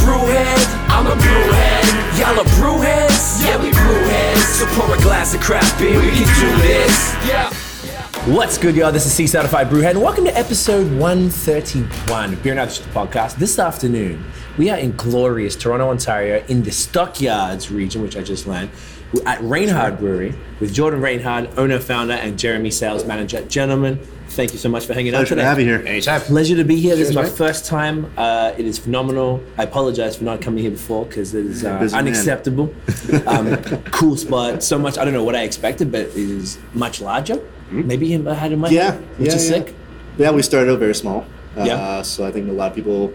brew head? I'm a brew head. Y'all are brew heads? Yeah, we brew heads. So pour a glass of craft beer, we can do this. Yeah. What's good, y'all? This is C Certified Brewhead, and welcome to episode 131 of Beer and Other Shit, the podcast. This afternoon, we are in glorious Toronto, Ontario, in the Stockyards region, which I just learned, We're at Reinhard Brewery with Jordan Reinhard, owner, founder, and Jeremy, sales manager. Gentlemen, thank you so much for hanging out Pleasure today. to have you here. Pleasure to be here. This is my mate. first time. Uh, it is phenomenal. I apologize for not coming here before because it is uh, busy man. unacceptable. Um, cool spot. So much. I don't know what I expected, but it is much larger. Maybe I had in my Hmm? Yeah, head, yeah, which is yeah. sick. Yeah, we started out very small. Uh, Yeah. So I think a lot of people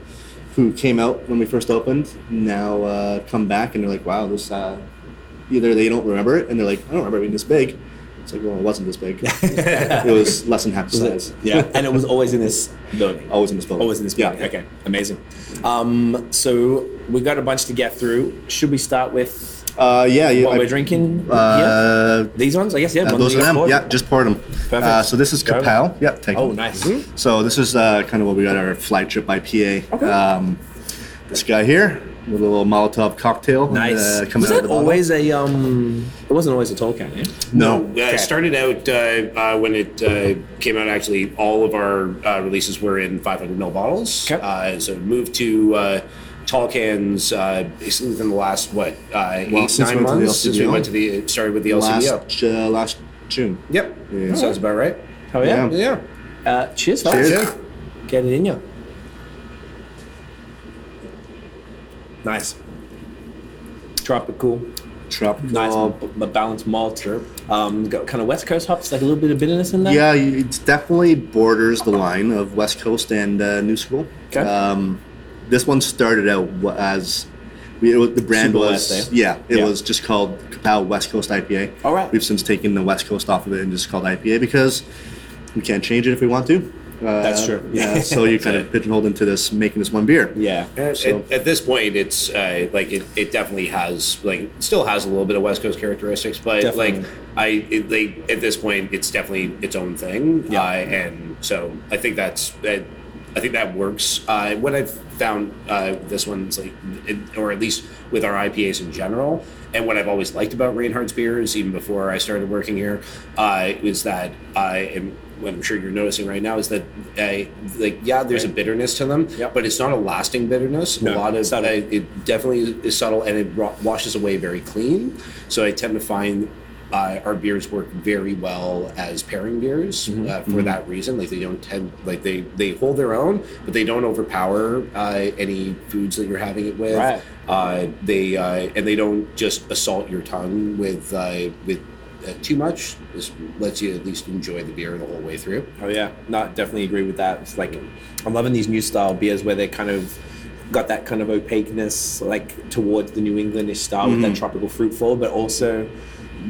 who came out when we first opened now uh, come back and they're like, "Wow, this." Uh, either they don't remember it and they're like, "I don't remember it being this big." It's like, well, it wasn't this big. it was less than half the size. Yeah, and it was always in this building. Always in this building. Always in this building. Oh. Yeah. Okay, amazing. Um, so we got a bunch to get through. Should we start with Uh, yeah. yeah what I- we're drinking? Uh, yeah, these ones, I guess. Yeah, uh, one those that are you them. bought. Yeah, just poured them. Perfect. Uh, so this is Got 'em? Capel. Yeah, take Oh, them. nice. So this is uh, kind of what we got our flagship IPA. Um, this guy here, with a little Molotov cocktail. Nice. Uh, coming was out of that the bottle. always a um? It wasn't always a tall can. Yeah? No. Uh, It started out uh, uh, when it uh, came out. Actually, all of our uh, releases were in 500 ml bottles. Okay. Uh, so it moved to uh, tall cans uh, basically within the last what uh, Well, eight since we nine went to the months since we LCBO. went to the it started with the LCBO. last uh, last June. Yep, Yeah. sounds about right. Oh yeah. Yeah. Yeah, Uh, cheers, fellas. Cheers. Get it in you. Nice. Tropical. Tropical. Nice, b- balanced malt. Um, got kind of West Coast hops, like a little bit of bitterness in there. Yeah, you- it definitely borders the line of West Coast and uh, New School. Okay. Um, this one started out wa- as we, it was- the brand Super was West, eh? yeah, it Yeah. was just called Kapow West Coast IPA. All right. We've since taken the West Coast off of it and just called IPA because we can't change it if we want to. Uh, That's true. Yeah. So you kind of pigeonholed into this making this one beer. Yeah. At, So- Uh, at, at this point, it's uh, like it, it definitely has like still has a little bit of West Coast characteristics, but Definitely. like I it, like at this point, it's definitely its own thing. Yeah. Uh, and so I think that's I, I think that works. Uh, what I've found uh, this one's like, it, or at least with our IPAs in general, and what I've always liked about Reinhardt's beers, even before I started working here, uh, is that I am. What I'm sure you're noticing right now is that, uh, like, yeah, there's a bitterness to them, Yep. but it's not a lasting bitterness. No, a lot of uh, subtle. it definitely is- is subtle and it ro- washes away very clean. So I tend to find uh, our beers work very well as pairing beers uh, for that reason. Like they don't tend like they they hold their own, but they don't overpower uh, any foods that you're having it with. Right. Uh, they uh, and they don't just assault your tongue with uh, with. Uh, too much. This lets you at least enjoy the beer the whole way through. Oh yeah, no, I definitely agree with that. It's like I'm loving these new style beers where they're kind of got that kind of opaqueness, like towards the New Englandish style with that tropical fruit flow, but also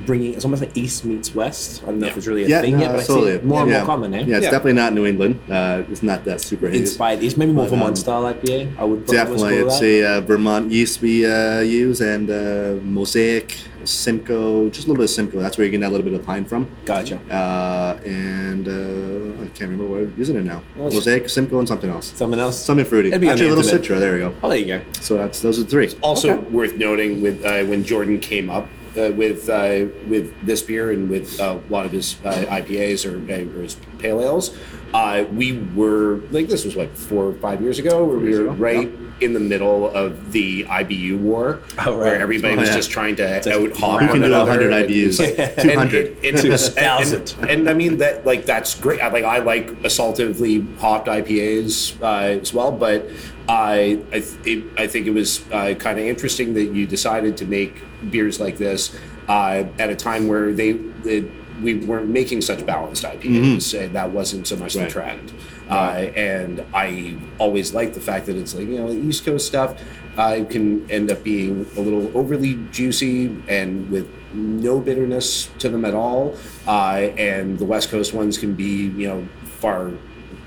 bringing it's almost like East meets West. I don't know if Yeah. it's really a Yeah, thing no, yet, but I see it absolutely. more and yeah. more common. Eh? Yeah, it's Yeah. definitely not New England. Uh, it's not that super hazy. inspired. It's maybe more But, Vermont um, style IPA. I would probably Definitely, call it's that. a uh, Vermont yeast we uh, use, and uh, Mosaic, Simcoe, just a little bit of Simcoe. That's where you get that little bit of pine from. Gotcha. Uh, and uh, I can't remember what I'm using it now. Nice. Mosaic, Simcoe, and something else. Someone else. Something fruity. It'd be on Actually, the a little internet. citra. There we go. oh, there you go. So that's those are the three. Also Okay. worth noting with uh, when Jordan came up uh, with uh, with this beer and with uh, a lot of his uh, IPAs or, or his pale ales, uh, we were like this was like four or five years ago where we years were ago, right in the middle of the IBU war Oh, right. where everybody Oh, was yeah. just trying to out hop Who one can do another. 100 And- IBUs? and- 200. and- and- and- 2,000. And, and I mean that like that's great. I, like I like assaultively hopped IPAs uh, as well, but I I, th- it, I think it was uh, kind of interesting that you decided to make beers like this uh, at a time where they. they we weren't making such balanced IPAs, and that wasn't so much Mm-hmm. Right. the trend. Uh, and I always like the fact that it's like you know East Coast stuff uh, can end up being a little overly juicy and with no bitterness to them at all. Uh, and the West Coast ones can be, you know, far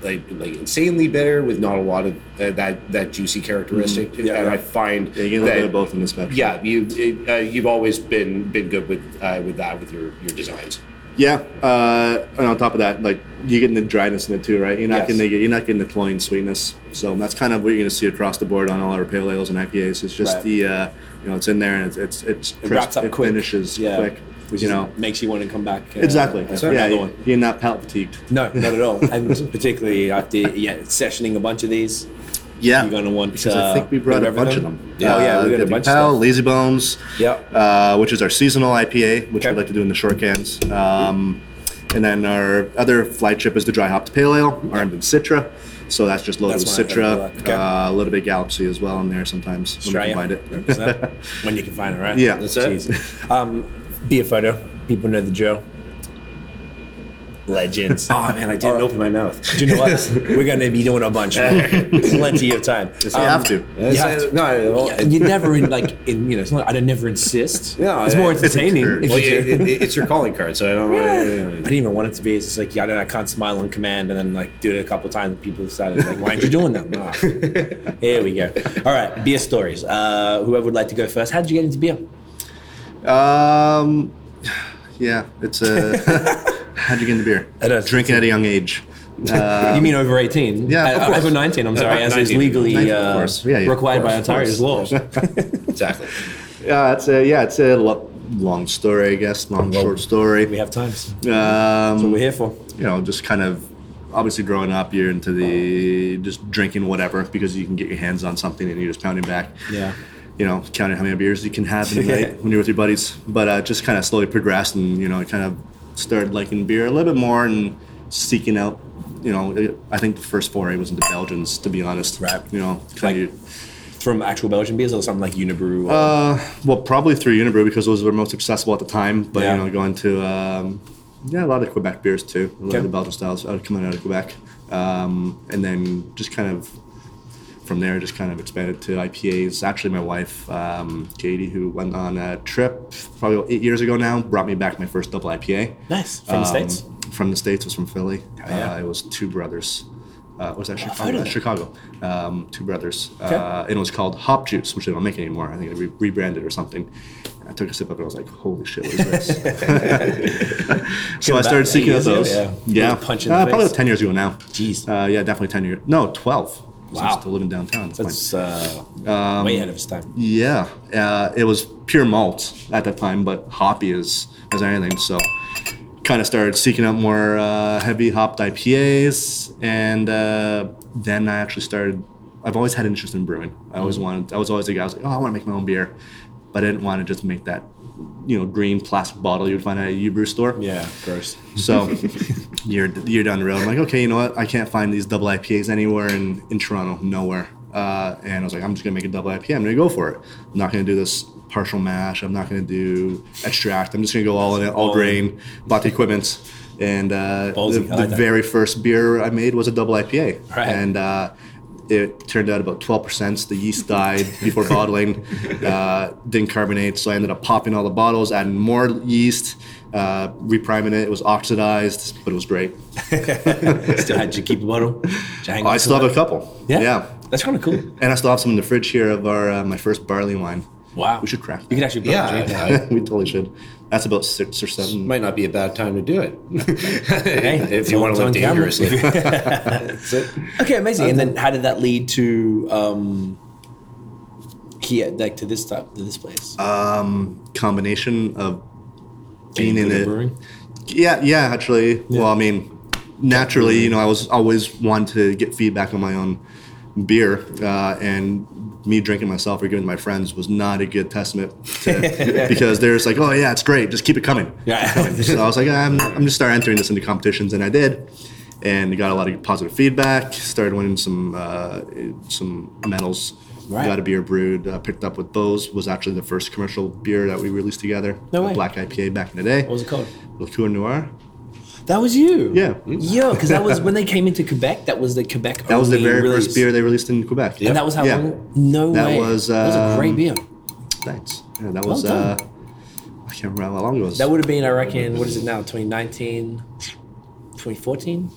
like, like insanely bitter with not a lot of uh, that that juicy characteristic. Yeah, and yeah. I find Yeah, you can that- look at both in the spectrum. yeah, you it, uh, you've always been been good with uh, with that with your your designs. Yeah, uh, and on top of that, like you're getting the dryness in it too, right? You're not Yes. getting the, you're not getting the cloying sweetness. So that's kind of what you're going to see across the board on all our pale ales and IPAs. It's just Right. the uh, you know it's in there and it's it's, it's It crisp, wraps up it quick. finishes yeah. quick. Which you is- know makes you want to come back. uh, exactly. and serve Yeah, another you- one. you're not palate fatigued. No, not at all. And particularly after yeah, sessioning a bunch of these, Yeah, you're going to want. uh, because I think we brought a bunch of them. Yeah, oh, yeah, we got a Dipping bunch Pal, of stuff. Lazy Bones, Yep. uh, which is our seasonal IPA, which Okay. we like to do in the short cans. Um, and then our other flagship is the dry hopped pale ale, armed in Citra. So that's just loaded That's with one I thought Citra, you liked. Okay. uh, a little bit of Galaxy as well in there sometimes Australia. when we can find it. 100%. when you can find it, right? Yeah. That's it. Jeez. Um, be a photo. People know the drill. Legends. Oh man, I didn't open my mouth. Do you know what? We're going to be doing a bunch. Plenty of time. Um, So you have to. You have to. No, I- well, Yeah, you never in like in you know. It's not, I don't never insist. No, it's I- more it's entertaining. encouraged. if well, you it, do. it, it's your calling card, so I don't. I didn't even want it to be. It's just like yeah, I, don't- I can't smile on command, and then like do it a couple times. And people decided like, why aren't you doing that? Ah. Here we go. All right, beer stories. Uh, whoever would like to go first? How did you get into beer? Um, yeah, it's a. How'd you get into beer? It is. Drinking at a young age. you mean over eighteen? yeah, of Uh, course. over nineteen. I'm sorry, as is 19. legally 19, of uh, course. Yeah, yeah, of required by course, of Ontario's laws. Exactly. Yeah, Uh, it's a yeah, it's a lo- long story, I guess. Long short story. we have times. Um, What we're here for. you know, just kind of obviously growing up, you're into the just drinking whatever because you can get your hands on something and you're just pounding back. Yeah. You know, counting how many beers you can have in a night when you're with your buddies. But uh, just kind of slowly progressed and, you know, I kind of started liking beer a little bit more and seeking out, you know, it, I think the first foray was into Belgians, to be honest. Right. You know, kinda Like- you- From actual Belgian beers or something like Unibrew. Or, uh, well, probably through Unibrew because those were most accessible at the time. But Yeah. you know, going to um, yeah, a lot of Quebec beers too, a lot of Okay. the Belgian styles out coming out of Quebec, um, and then just kind of from there, just kind of expanded to IPAs. Actually, my wife um, Katie, who went on a trip probably about eight years ago now, brought me back my first double IPA. nice from the Um, states. From the states, it was from Philly. yeah. Uh, it was two brothers. Uh, it was that I've heard Chicago? of that. Chicago. Um, two brothers. Uh, and it was called Hop Juice, which they don't make anymore. I think it re- rebranded or something. And I took a sip of it. I was like, "Holy shit, what is this?" so I Back started eight seeking out years ago, those. yeah. yeah, Little punch in the Uh, probably face. about ten years ago now. Jeez. Uh, yeah, definitely ten years. No, twelve. 'cause Wow. I'm still living downtown. at the point. That's uh, Um, way ahead of its time. Yeah, uh, it was pure malt at that time, but hoppy as as anything. So, kind of started seeking out more uh, heavy hopped IPAs, and uh, then I actually started. I've always had an interest in brewing. I always wanted. I was always the guy. I was like, oh, I want to make my own beer, but I didn't want to just make that, you know, green plastic bottle you'd find at a U brew store. Yeah, gross. So you're you're down the road. I'm like, okay, you know what? I can't find these double IPAs anywhere in, in Toronto, nowhere. Uh, and I was like, I'm just gonna make a double IPA. I'm gonna go for it. I'm not gonna do this partial mash. I'm not gonna do extract. I'm just gonna go all in, it, all grain. Bought the equipment, and uh, Ballsy, the, I like the that. very first beer I made was a double IPA. Right. And uh, it turned out about 12%. The yeast died before bottling, uh, didn't carbonate. So I ended up popping all the bottles, adding more yeast, uh, repriming it. It was oxidized, but it was great. Still had you keep a bottle. Did you hang I on to still have a that? couple. Yeah, That's kind of cool. And I still have some in the fridge here of our uh, my first barley wine. Wow. We should crack You that. could actually blow Yeah, drink that. I- we totally should. That's about six or seven. might not be a bad time to do it. it's if you on- want it's to on live camera. dangerously. Okay, amazing. And then how did that lead to um, here, like to this type, to this place? Uh, combination of being in Into it. brewing? Yeah, yeah, actually. Well, I mean, naturally, you know, I was always wanted to get feedback on my own beer, uh, and me drinking myself or giving to my friends was not a good testament to, because they're just like, oh, yeah, it's great, just keep it coming. Yeah. So I was like, I'm, I'm just start entering this into competitions, and I did, and got a lot of positive feedback. Started winning some uh, some medals. Right. Got a beer brewed, uh, picked up with those. Was actually the first commercial beer that we released together. No a way. Black IPA back in the day. what was it called? Liqueur Noir. That was you. Yeah. Yeah, because that was when they came into Quebec. That was the Quebec. That was the only very release. first beer they released in Quebec. And that was how Yeah. long? No That way. was, that was a great um, beer. Thanks. Yeah, that Well was. done. uh, I can't remember how long it was. That would have been, I reckon, what is it now? 2019, 2014?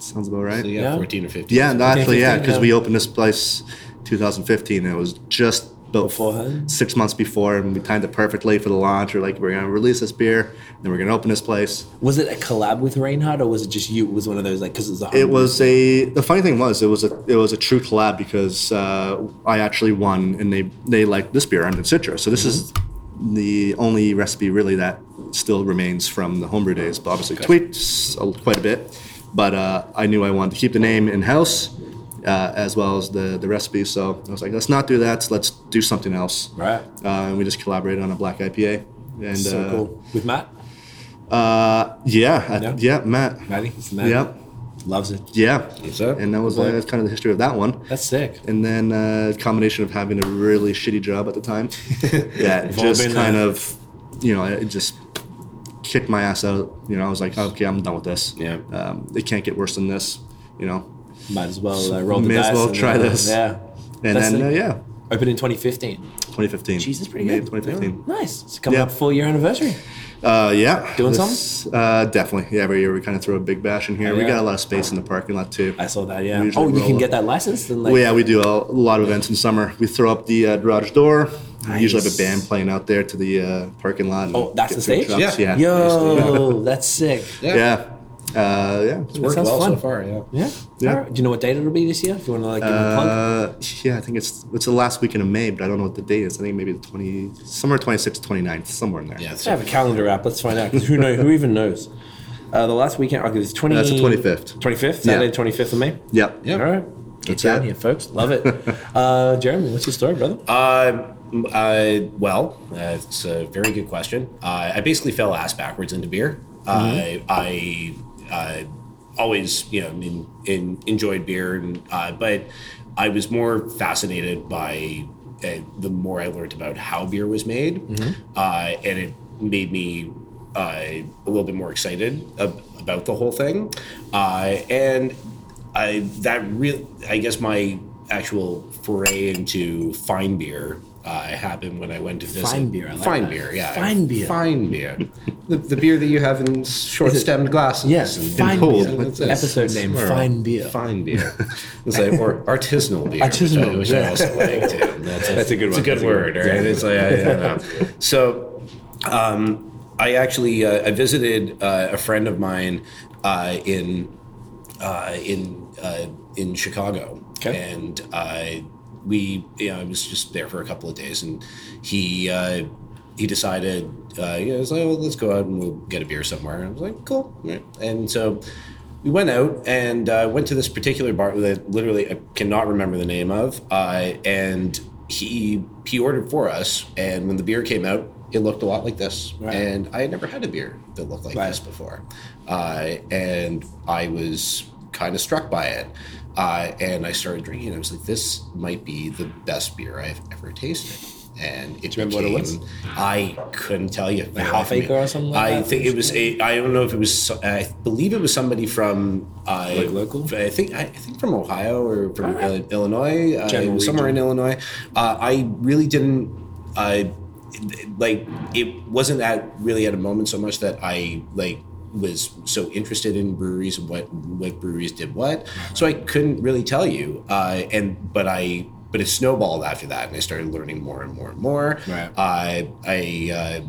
sounds about right. So you yeah, got Yeah. 14 or 15. yeah no, actually, yeah, 15, because yeah. we opened this place 2015. And it was just about Beforehand? six months before, and we timed it perfectly for the launch. We're like, we're gonna release this beer, then we're gonna open this place. Was it a collab with Reinhardt or was it just you? It was one of those, like, because it was a It was a. The funny thing was, it was a it was a true collab because uh, I actually won, and they they liked this beer, Armed Citra. So this Mm-hmm. is the only recipe really that still remains from the homebrew days, but obviously tweaks a- quite a bit. But uh, I knew I wanted to keep the name in house uh, as well as the the recipe. So I was like, let's not do that. Let's do something else. Right. Uh, and we just collaborated on a black IPA. And So uh, cool. With Matt? uh, yeah, I- Yeah. yeah, Matt. Matty? It's Matt. Yep. Loves it. Yeah. sir. And that was uh, that's kind of the history of that one. That's sick. And then uh, combination of having a really shitty job at the time that We've all just been kind there. of, you know, it just kicked my ass out. You know, I was like, okay, I'm done with this. Yeah. Um, it can't get worse than this, you know. Might as well uh, roll the May as dice. well and, try uh, this. Yeah. And That's then, sick. uh, yeah, Opened in 2015. 2015. Jesus, pretty May good. of 2015. Nice. It's coming Yeah. up four year anniversary. Uh, yeah. Doing something? Uh, definitely. Yeah, every year we kind of throw a big bash in here. we yeah. got a lot of space in the parking lot, too. I saw that, yeah. We usually Oh, you roll can up. get that license? Then, like, Well, yeah, we do a, a lot of events in summer. We throw up the uh, garage door. We usually have Nice. a band playing out there to the uh, parking lot. and Oh, that's get the food stage? trucks. Yeah. Yeah. Yo, that's sick. Yeah. Yeah. Uh, yeah. It's worked sounds well so fun. far, yeah. Yeah. Yeah. All right. Do you know what date it'll be this year? If you want to like give them a plug. Uh, yeah, I think it's it's the last weekend of May, but I don't know what the date is. I think maybe the 20, somewhere 26th, 29th, somewhere in there. Yeah. Let's have a calendar app. Let's find out. 'cause who know? Who even knows? Uh, the last weekend. Okay, it's twenty. That's the 25th. Twenty fifth. Yeah. Saturday, twenty fifth of May. Yep. Yeah. All right. Get That's down it. here, folks. Love it. uh, Jeremy, what's your story, brother? Uh, m- uh, well, uh, it's a very good question. Uh, I basically fell ass backwards into beer. Uh, I, I always, you know, in, in, enjoyed beer, and, uh, but I was more fascinated by uh, the more I learned about how beer was made, uh, and it made me uh, a little bit more excited ab- about the whole thing, uh, and I that real I guess my actual foray into fine beer uh, happened when I went to visit Fine beer, I like fine that. beer, yeah, Fine beer. fine beer, the, the beer that you have in short-stemmed glasses, Yes, and- fine cold. beer. That's it. Episode name: Smurl. Fine beer. fine beer, it's like, or artisanal beer, Artisanal, which I, which I yeah. also like too. That's a, That's a good it's one. That's a a good good word, one. right? Yeah. It's like I, I don't know. So um, I actually uh, I visited uh, a friend of mine uh, in uh, in uh, in Chicago, Okay. and I we you know I was just there for a couple of days, and he uh, he decided uh, you know, I was like, well, let's go out and we'll get a beer somewhere. And I was like, cool, right. and so. We went out and uh, went to this particular bar that literally I cannot remember the name of, uh, and he he ordered for us. And when the beer came out, it looked a lot like this. Right. And I had never had a beer that looked like Right. this before, uh, and I was kind of struck by it. Uh, and I started drinking. And I was like, "This might be the best beer I've ever tasted." And it remember what it was? became- I couldn't tell you. A half acre or something like I that? think it was a. I don't know if it was. so- I believe it was somebody from. Uh, Like local? I think. I think from Ohio or from uh, Illinois. Uh, General somewhere region. in Illinois. Uh, I really didn't. uh, I like it wasn't at really at a moment so much that I like was so interested in breweries and what what breweries did what. So I couldn't really tell you. Uh, and but I but it snowballed after that, and I started learning more and more and more. Right. I I. Uh,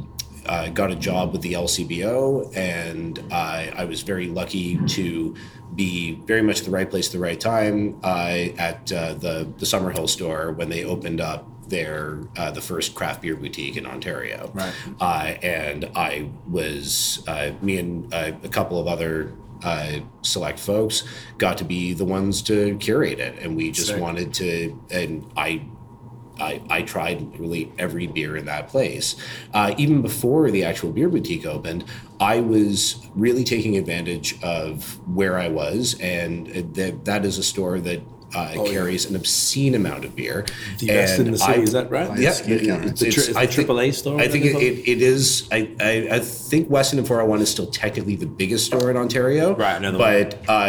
uh, got a job with the LCBO, and I, I was very lucky to be very much at the right place at the right time uh, at uh, the the Summerhill store when they opened up their uh, the first craft beer boutique in Ontario. Right. Uh, and I was uh, me and uh, a couple of other. Uh, select folks got to be the ones to curate it, and we just Sick. wanted to. And I I, I tried literally every beer in that place. Uh, even before the actual beer boutique opened, I was really taking advantage of where I was, and that that is a store that uh, carries an obscene amount of beer. Oh, The best in And the city, I- is that right? yeah, Skin it- count. it's, The tri- it's- is the I think- AAA store I think that it, they it, it is. I, I, I think Weston and 401 is still technically the biggest store in Ontario. Right, I know the But uh,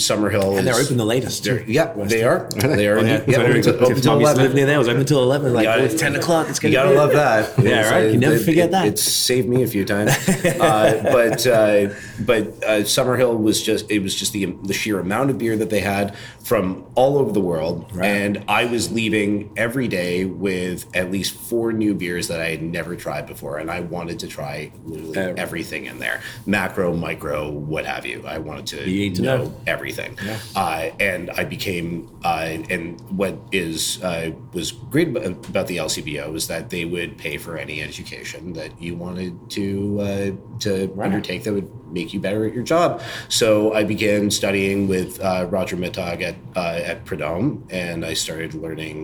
Summerhill And is. they're open the latest. they're- Too. yeah, they are. They are. Oh, Yeah, indeed. Yeah, yeah, open till- open till 11. lived near there. It was open till eleven. Like Yeah, oh, it's ten o'clock. It's You gonna. gotta be- love that. Yeah, It's, right. You never forget that. It's saved me a few times. uh, but uh, but uh, Summerhill was just it was just the the sheer amount of beer that they had from all over the world, and I was leaving every day with at least four new beers that I had never tried before, and I wanted to try literally Every- everything in there, macro, micro, what have you. I wanted to You need to know, know. everything. Uh, and I became, uh, and what is uh, was great ab- about the LCBO is that they would pay for any education that you wanted to uh, to undertake that would make you better at your job. So I began studying with uh, Roger Mittag at uh, at Prudhomme, and I started learning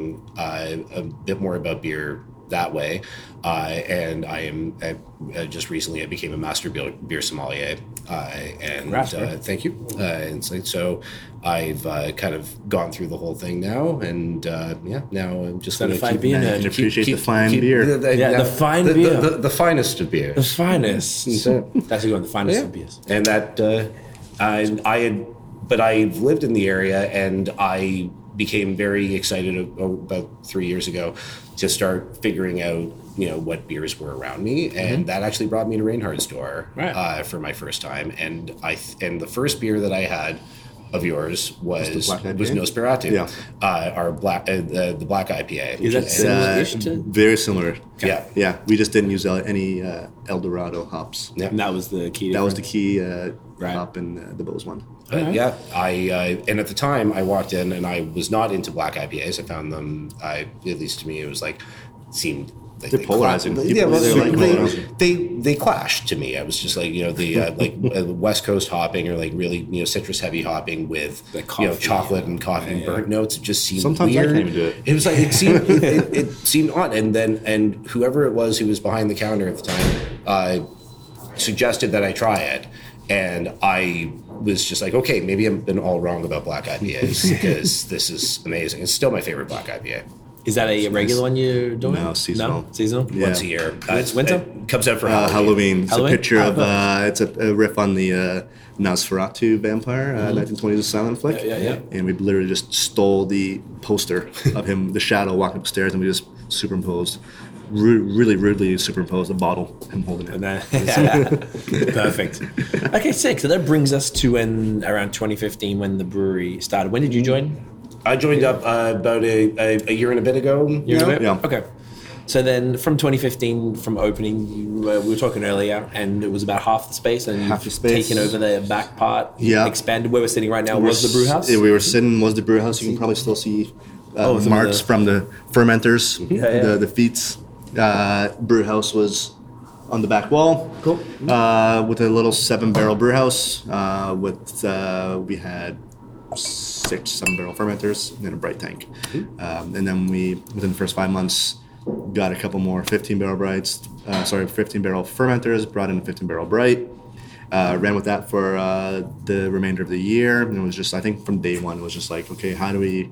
uh, a bit more about beer that way. Uh, and I am I, uh, just recently I became a master beer, beer sommelier. Uh, and Congrats, bro. uh, thank you. Uh, and so, so I've uh, kind of gone through the whole thing now, and uh, yeah, now I'm just gonna Certified keep- beer keep- nerd. keep- Appreciate keep- the fine keep- beer. Uh, Yeah, the fine the, beer. the, the finest of beer. The finest. So- That's a good one. The finest Yeah. of beers. And that uh, I, I had, but I lived in the area, and I became very excited a- about three years ago to start figuring out, you know, what beers were around me, and that actually brought me to Reinhardt's door Right. uh, for my first time. And I th- and the first beer that I had of yours was was, Black IPA? No Spiratu, Yeah. uh, our black uh, the, the black IPA. Is which that is- similar-ish Uh, to? very similar. Yeah. Yeah. We just didn't use uh, any uh, El Dorado hops. Yeah. And that was the key. That was the key uh, Right. hop in uh, the Bose one. But yeah, I uh, and at the time I walked in and I was not into black IPAs. I found them, I at least to me, it was like seemed like They're they polarizing. cla- People- yeah, well, they're, they, like, they, polarizing. they they clashed to me. I was just like you know the uh, like uh, West Coast hopping or like really you know citrus heavy hopping with The you know coffee. chocolate and coffee and burnt notes. It just seemed Sometimes I weird. can't even do it. It was like it seemed it, it, it seemed odd. And then and whoever it was who was behind the counter at the time. Uh, suggested that I try it, and I was just like, okay, maybe I've been all wrong about black IPAs because this is amazing. It's still my favorite black IPA. Is that a regular one you're doing? No, seasonal. seasonal. Yeah. Once a year, uh, it's, When's it up? comes out for Uh, Halloween. It's Halloween? a picture of Oh, uh, it's a, a riff on the uh, Nosferatu vampire, uh, 1920s silent flick. Mm-hmm. Yeah, yeah, yeah. And we literally just stole the poster of him, the shadow walking upstairs, and we just superimposed, ru- really rudely superimposed a bottle him holding it. And then- Perfect. Okay, sick. So that brings us to when around 2015 when the brewery started. When did you join? I joined up uh, about a, a, a year and a bit ago. Year and a now. bit? Yeah. Okay. So then from 2015, from opening, you, uh, we were talking earlier, and it was about half the space, and Half you've the space. taken over the back part, Yeah. expanded where we're sitting right now Uh, was the brew house. Oh, Yeah, we were sitting was the brew house. You can probably still see uh, some of marks the- Mm-hmm. from the fermenters, yeah. the the feats. Uh, brew house was on the back wall. Cool. Uh, with a little seven barrel brew house. Uh, with uh, we had six seven barrel fermenters and then a bright tank, um, and then we within the first five months. Got a couple more 15 barrel brights, uh, sorry, 15 barrel fermenters, brought in a 15 barrel bright, uh, ran with that for uh, the remainder of the year and it was just i think from day one it was just like okay how do we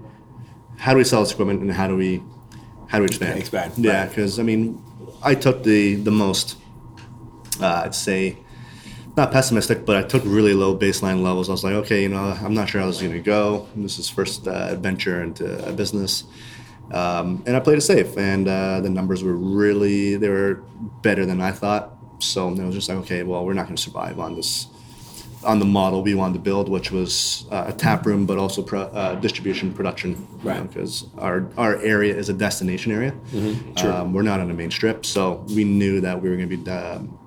how do we sell this equipment and how do we how do we expand Expand, yeah because i mean i took the the most uh, i'd say not pessimistic but i took really low baseline levels i was like okay you know i'm not sure how this is going to go this is first uh, adventure into a business um, and I played it safe. And uh, the numbers were really they were better than I thought. So it was just like, okay, well, we're not going to survive on this on the model we wanted to build, which was uh, a tap room, but also pro- uh, distribution production, Right. Because our our area is a destination area. Um, we're not on a main strip, so we knew that we were going to be um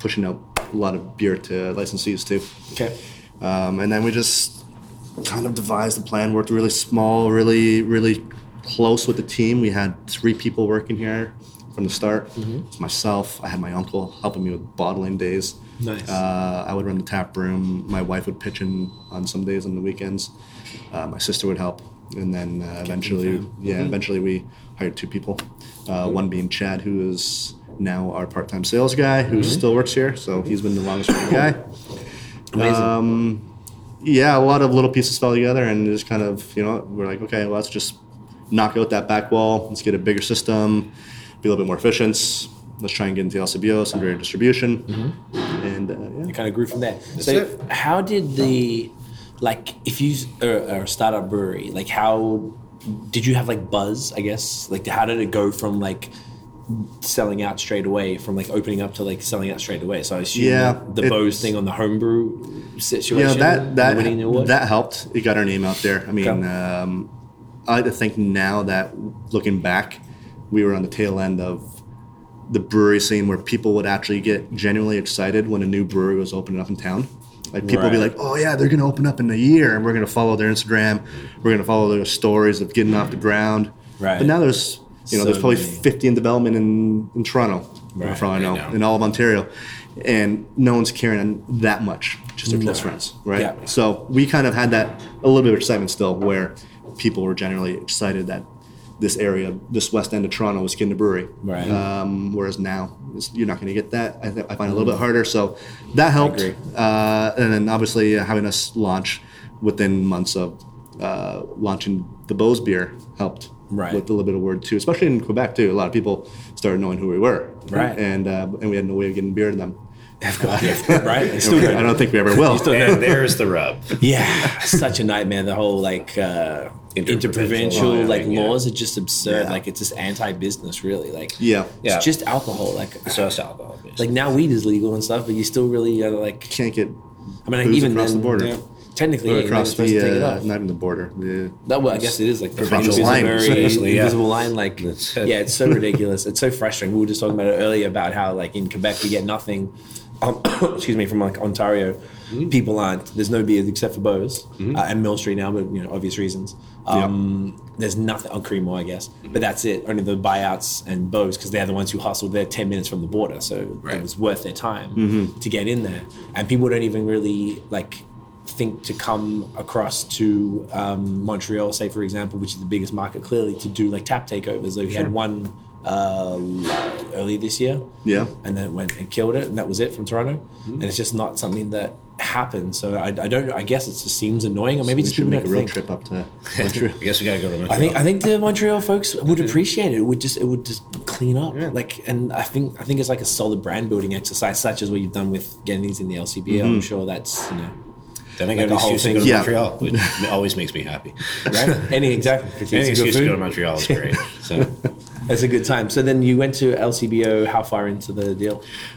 pushing out a lot of beer to licensees too. Okay. Um, and then we just kind of devised a plan, worked really small, really, really close with the team. We had three people working here from the start. It's myself, I had my uncle helping me with bottling days. Nice. Uh, I would run the tap room. My wife would pitch in on some days on the weekends. Uh, my sister would help. And then uh, eventually, yeah, eventually we hired two people. Uh, one being Chad, who is now our part-time sales guy, who still works here. So he's been the longest-running guy. Amazing. Um, yeah, a lot of little pieces fell together, and just kind of you know we're like, okay, well, let's just knock out that back wall. Let's get a bigger system, be a little bit more efficient. Let's try and get into LCBO, some greater distribution, and uh, yeah. kind of grew from there. so, it. how did the like if you s- are, are a startup brewery, like how did you have like buzz? I guess like how did it go from like selling out straight away from like opening up to like selling out straight away? So I assume Yeah, that the Bose it's- thing on the homebrew you situation. know that that winning the award? that helped. It got our name out there. I mean, Okay. um, I like to think now that looking back, we were on the tail end of the brewery scene where people would actually get genuinely excited when a new brewery was opening up in town. Like people would be Right. like, "Oh yeah, they're going to open up in a year, and we're going to follow their Instagram. We're going to follow their stories of getting off the ground." Right. But now there's you know So there's probably many. 50 in development in in Toronto, Right, for all I know, now. in all of Ontario, and no one's caring that much. Just their close No. friends, right? Yeah. So we kind of had that a little bit of excitement still, where people were generally excited that this area, this west end of Toronto, was getting a brewery. Right. Um, whereas now it's, you're not going to get that. I, th- I find it a little bit harder. So that helped. agree. Uh, and then obviously uh, having us launch within months of uh, launching the Bose beer helped. Right. With a little bit of word too, especially in Quebec too. A lot of people started knowing who we were. Right. And uh, and we had no way of getting beer to them. right? It's still I don't think we ever will. And there's the rub. Yeah, such a nightmare. The whole like uh, interprovincial lawyer like thing, yeah. laws are just absurd. Yeah. Like it's just anti-business, really. Like Yeah. Yeah. it's just alcohol. Like So it's alcohol. based. like now weed is legal and stuff, but you still really uh, like. Can't get I mean, Booze even across then, the border. yeah, technically, yeah, you're not across supposed to take it the uh, off. not even the border. The, That well, I guess it is like the provincial invisible line, very essentially, yeah. invisible line. Like, yeah, it's so ridiculous. It's so frustrating. We were just talking about it earlier about how like in Quebec we get nothing. Um, excuse me, from like Ontario, Mm-hmm. people aren't. There's no beers except for Bose uh, and Mill Street now, but you know obvious reasons. Um, There's nothing on Cremor, I guess, but that's it. Only the buyouts and Bose because they're the ones who hustled. They're ten minutes from the border, so Right. it was worth their time Mm-hmm. to get in there. And people don't even really like think to come across to um, Montreal, say for example, which is the biggest market clearly, to do like tap takeovers. Like we had one uh, early this year, Yeah. Mm-hmm. and then it went and killed it, and that was it from Toronto. And it's just not something that happened. So I, I don't. I guess it just seems annoying, or maybe we it's should people make a don't road think. trip up to I guess we gotta go to Montreal. I think I think the Montreal folks would appreciate it. It would just it would just clean up. Like and I think I think it's like a solid brand building exercise, such as what you've done with getting these in the LCBO. I'm sure that's you know then I got the an whole excuse to go thing- to Yeah. Montreal, which always makes me happy. right? Any exactly It's Any good excuse to food. go to Montreal is great. So. That's a good time. So then you went to LCBO. How far into the deal?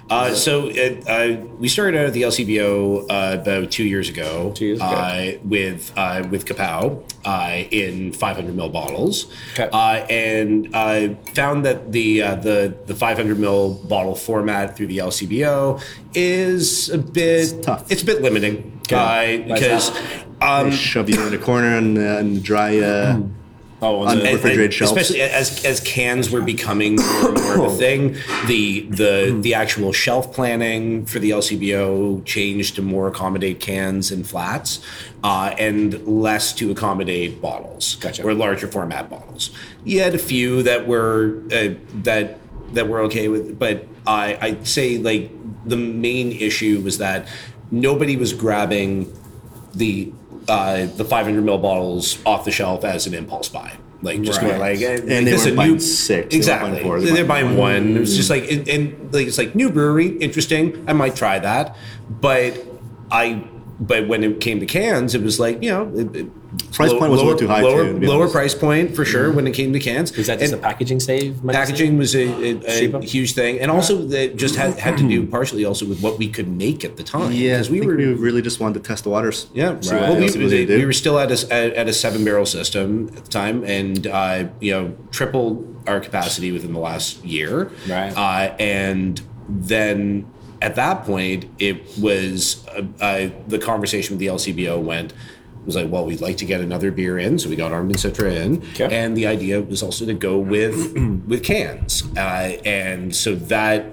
Uh, so it, uh, we started out at the LCBO uh, about two years ago. Two years ago. Uh, with uh, with Kapow uh, in 500 ml bottles, Okay. uh, and I found that the uh, the the 500 ml bottle format through the LCBO is a bit It's tough. It's a bit limiting Okay. uh, because. Um, shove you in a corner and, uh, and dry. Uh, Oh, on the and- refrigerated and shelves. Oh. Especially as as cans were becoming more and more of a thing, the Hmm. the the actual shelf planning for the LCBO changed to more accommodate cans and flats, uh, and less to accommodate bottles Gotcha. or larger format bottles. You had a few that were uh, that that were okay with, but I I'd say like the main issue was that nobody was grabbing the uh, the 500 ml bottles off the shelf as an impulse buy. Like just Right. going like, eh, like, they this weren't a buying six, they weren't exactly. buying four, they They're, were buying one. It was just like, and, and like it's like new brewery, interesting. I might try that, but I, but when it came to cans, it was like you know, it, it- Price point was a little too high, Lower, too, to be lower honest. price point for sure when it came to cans. was that just And- a packaging save? might you say? packaging was a, a, Cheaper? a huge thing, and also that just had, had to do partially also with what we could make at the time. yeah, 'Cause we were we really just wanted to test the waters. yeah, so See what well, else we, they they- do. we were still at a, s- at, at a seven barrel system at the time, and uh, you know tripled our capacity within the last year. Right. uh, and then at that point, it was uh, uh, the conversation with the LCBO went. It was like, well, we'd like to get another beer in, so we got Armed and Citra in, Okay. and the idea was also to go with with cans, uh, and so that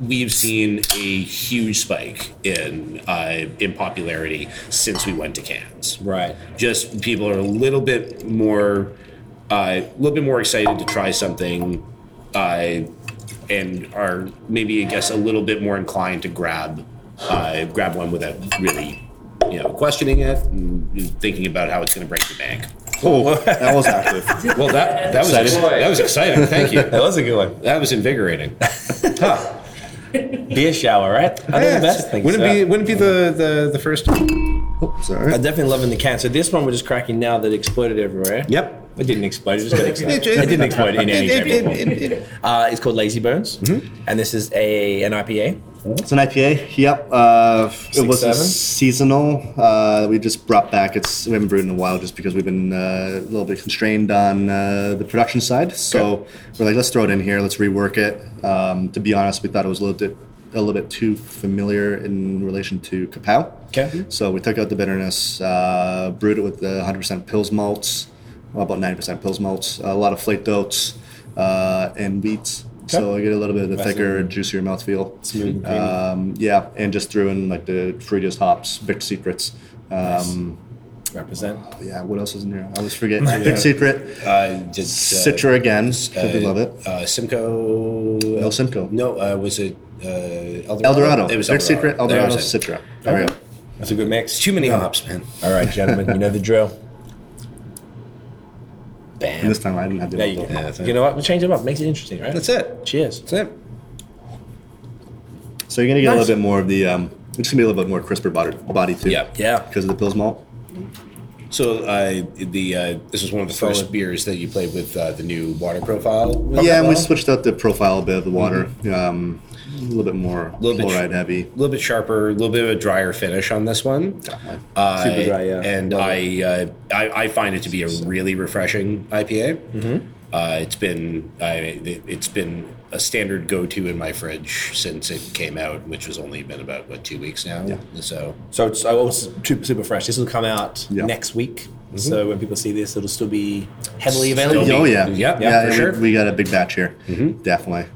we've seen a huge spike in uh, in popularity since we went to cans. Right. Just people are a little bit more uh, a little bit more excited to try something, uh, and are maybe I guess a little bit more inclined to grab uh, grab one without really you know, questioning it and thinking about how it's going to break the bank. Oh, that was active. Well, that that was Excited. ex- that was exciting. Thank you. That was a good one. That was invigorating. Beer shower, right? I know the best things. wouldn't so. be wouldn't be the the, the first. Uh, I'm Oh, Sorry. definitely loving the can. So this one we're just cracking now that exploded everywhere. Yep. It didn't explode. It just got excited. It- it- It didn't explode in any it- shape it- or form. Mm-hmm. it- it- Uh, it's called Lazy Bones, and this is a an IPA. It's an IPA. Yep. Uh, it was a seven? seasonal. Uh, we just brought back. It's we haven't brewed in a while just because we've been uh, a little bit constrained on uh, the production side. So we're like, let's throw it in here. Let's rework it. Um, to be honest, we thought it was a little bit a little bit too familiar in relation to Kapow. Okay. So we took out the bitterness, uh, brewed it with the 100% pills malts, well, about 90% pills malts, a lot of flaked oats, uh, and wheats. So I get a little bit of a thicker, juicier mouthfeel. Smooth and creamy. Um, yeah, and just threw in like the fruitiest hops, Big Secrets. Um, Represent. Yeah, what else is in there? I always forget. Big Secret, Uh, just, uh, Citra again, because we uh, love it. Uh, Simcoe. No Simcoe. No, uh, was it uh, Eldorado? El Dorado. It was Big Secret, El There Dorado, was it. Citra. There we go. That's a good mix. Too many hops, man. All right, gentlemen, you know the drill. And Bam. this time I didn't have to There you go. Yeah, that's it. you know what? We'll change it up. Makes it interesting, right? That's it. Cheers. That's it. So you're gonna get a Nice. little bit more of the. Um, it's gonna be a little bit more crisper body, body too. Yeah. Yeah. Because of the pills malt. So uh, the uh, this was one of the first beers that you played with uh, the new water profile. Yeah, and we Profile? switched out the profile a bit of the water. Um, a little bit more Mm-hmm. Little bit- chloride heavy. a little bit sharper, a little bit of a drier finish on this one. Uh, Super dry, yeah. And Love I, uh, I I find it to be a really refreshing IPA. Uh, it's been I, it- it's been a standard go to in my fridge since it came out, which has only been about what two weeks now. So So it's oh, it's super, super fresh. This will come out Yeah. next week. So when people see this, it'll still be heavily available. Still Oh be- yeah, yeah, for we- sure. Mm-hmm. We, got a big batch here, definitely.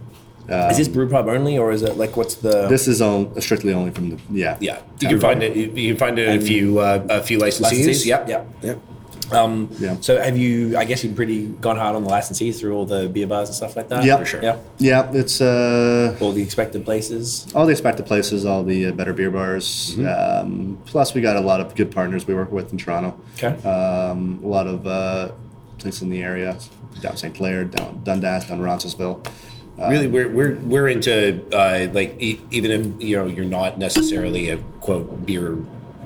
is this brew pub only, or is it like what's the? This is on, strictly only from the yeah. yeah, you can find it. You, you can find it in a few uh, a few licensees. Licensees? Yep. Yep. Um, Yeah. So have you? I guess you've pretty gone hard on the licensees through all the beer bars and stuff like that. Yep. For sure. Yeah. Yep. Yeah, it's uh, All the expected places. all the expected places, all the uh, better beer bars. Mm-hmm. Um, plus, we got a lot of good partners we work with in Toronto. Okay. Uh, Um, a lot of uh, places in the area, down St. Clair, down Dundas, down Roncesville. Uh, really we're we're we're into uh, like e- even if you know you're not necessarily a quote beer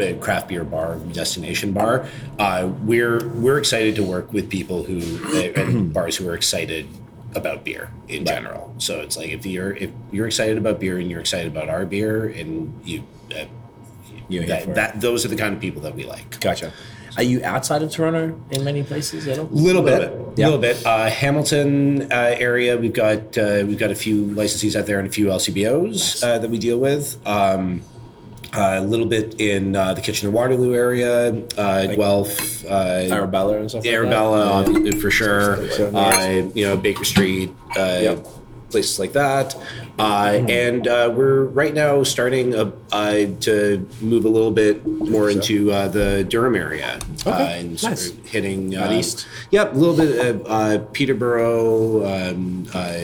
uh, craft beer bar destination bar uh, we're we're excited to work with people who uh, and bars who are excited about beer in general so it's like if you're if you're excited about beer and you're excited about our beer and you uh, You're here for that, it. that those are the kind of people that we like Gotcha. Are you outside of Toronto in many places at all? little bit, Yeah. little bit. Uh, Hamilton uh, area, we've got uh, we've got a few licensees out there and a few LCBOs uh, that we deal with. Um, a little bit in uh, the Kitchener Waterloo area, uh, Guelph, uh, Arabella and stuff. Arabella Like that? uh, for sure. Uh, you know, Baker Street. Uh, Yep. Places like that, uh, Hmm. and uh, we're right now starting uh uh, to move a little bit more into uh, the Durham area, uh, Okay, and nice. sort of hitting uh, east? Yep, a little bit of uh, Peterborough, um, uh,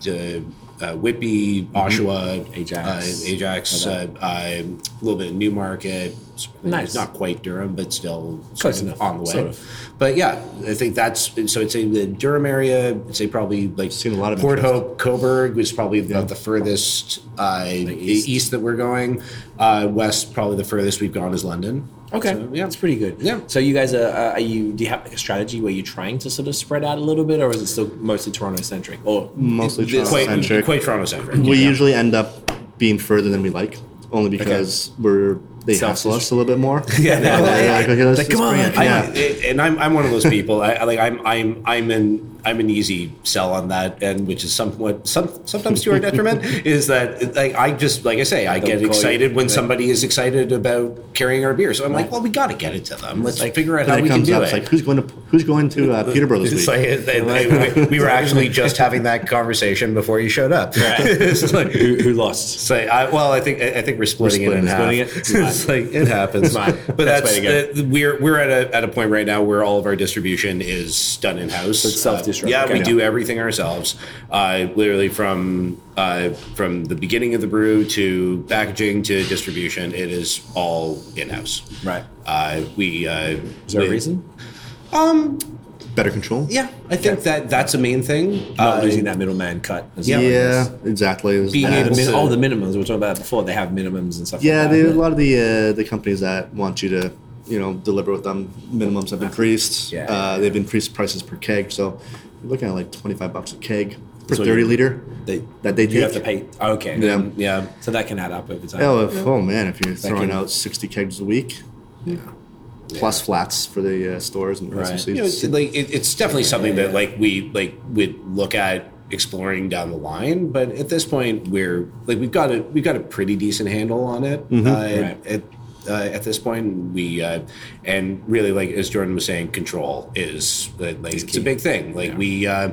d- uh, Whitby, Oshawa, Mm-hmm. Ajax. uh, Ajax, uh, uh, a little bit of Newmarket. It's Nice. not quite Durham, but still sort Close of enough, on the way. sort of. But yeah, I think that's so. I'd say the Durham area. I'd say probably like Seen a lot of Port interest. Hope, Coburg was probably about the furthest uh, east. that we're going. Uh, west, probably the furthest we've gone is London. Okay, So, yeah, yeah, it's pretty good. Yeah. So you guys are, uh, are you? Do you have like a strategy where you're trying to sort of spread out a little bit, or is it still mostly Toronto centric? Or Mm. Mostly It's Toronto quite, centric. quite Toronto centric. We usually end up being further than we like, only because we're they Selfish. hassle us a little bit more. yeah, they're like, okay, let's Like, just come bring on, it. come yeah. I- it- and I'm, I'm one of those people. I, I like I'm I'm I'm an I'm an easy sell on that, and which is somewhat some sometimes to our detriment is that like I just like I say I get call you. excited when somebody is excited about carrying our beer. So I'm like, well, we got to get it to them. Let's figure out And how then we it can comes do up, it. it's like who's going to who's going to uh, Peterborough this It's week? like, they- they- we, we were actually just having that conversation before you showed up. It's like- who, who lost? So I, well, I think I I think we're splitting, splitting it. it in Splitting half. it? It's it's like it happens, fine. but That's that's, the way to uh, we're we're at a at a point right now where all of our distribution is done in house. it's self-distributed. distro. Yeah, Okay. we do everything ourselves. Uh, literally from uh, from the beginning of the brew to packaging to distribution, it is all in house. Right. Uh, we uh, Is there a we- reason? Better control. Yeah, I think that that's a main thing. Not Uh, losing that middleman cut. Is Yeah. that what it is? Yeah, exactly. There's Being that. able The min- So- all the minimums we were talking about before. They have minimums and stuff. Yeah, like they, that, a isn't it? lot of the uh, the companies that want you to, you know, deliver with them, minimums have increased. Yeah. Uh, they've increased prices per keg, so you're looking at like twenty five bucks a keg per So thirty you- liter They- that they you have to take. pay. Okay. Yeah. yeah, So that can add up over time. Oh, if, oh man, if you're throwing can- out sixty kegs a week, yeah. plus flats for the uh, stores and Right. right. you know, it's, like it, it's definitely something that like we like would look at exploring down the line. But at this point, we're like we've got a we've got a pretty decent handle on it. Uh, Mm-hmm. Right. At uh, at this point, we uh, and really like as Jordan was saying, control is uh, like it's a big thing. Like we. Uh,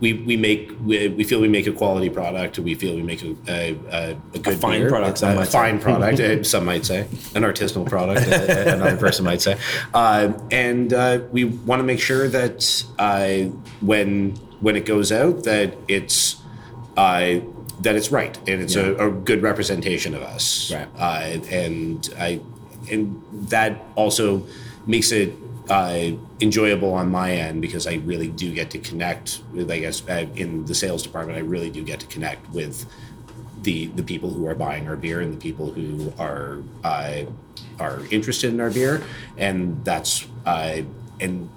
we, we make we, we feel we make a quality product. We feel we make a a, a, a good fine beer. product, some a, might say. fine product. uh, some might say an artisanal product. uh, another person might say, uh, and uh, we want to make sure that uh, when when it goes out, that it's uh, that it's right and it's a, a good representation of us. Right. Uh, and I and that also makes it uh, enjoyable on my end because I really do get to connect. With, I guess uh, in the sales department, I really do get to connect with the the people who are buying our beer and the people who are uh, are interested in our beer, and that's uh, and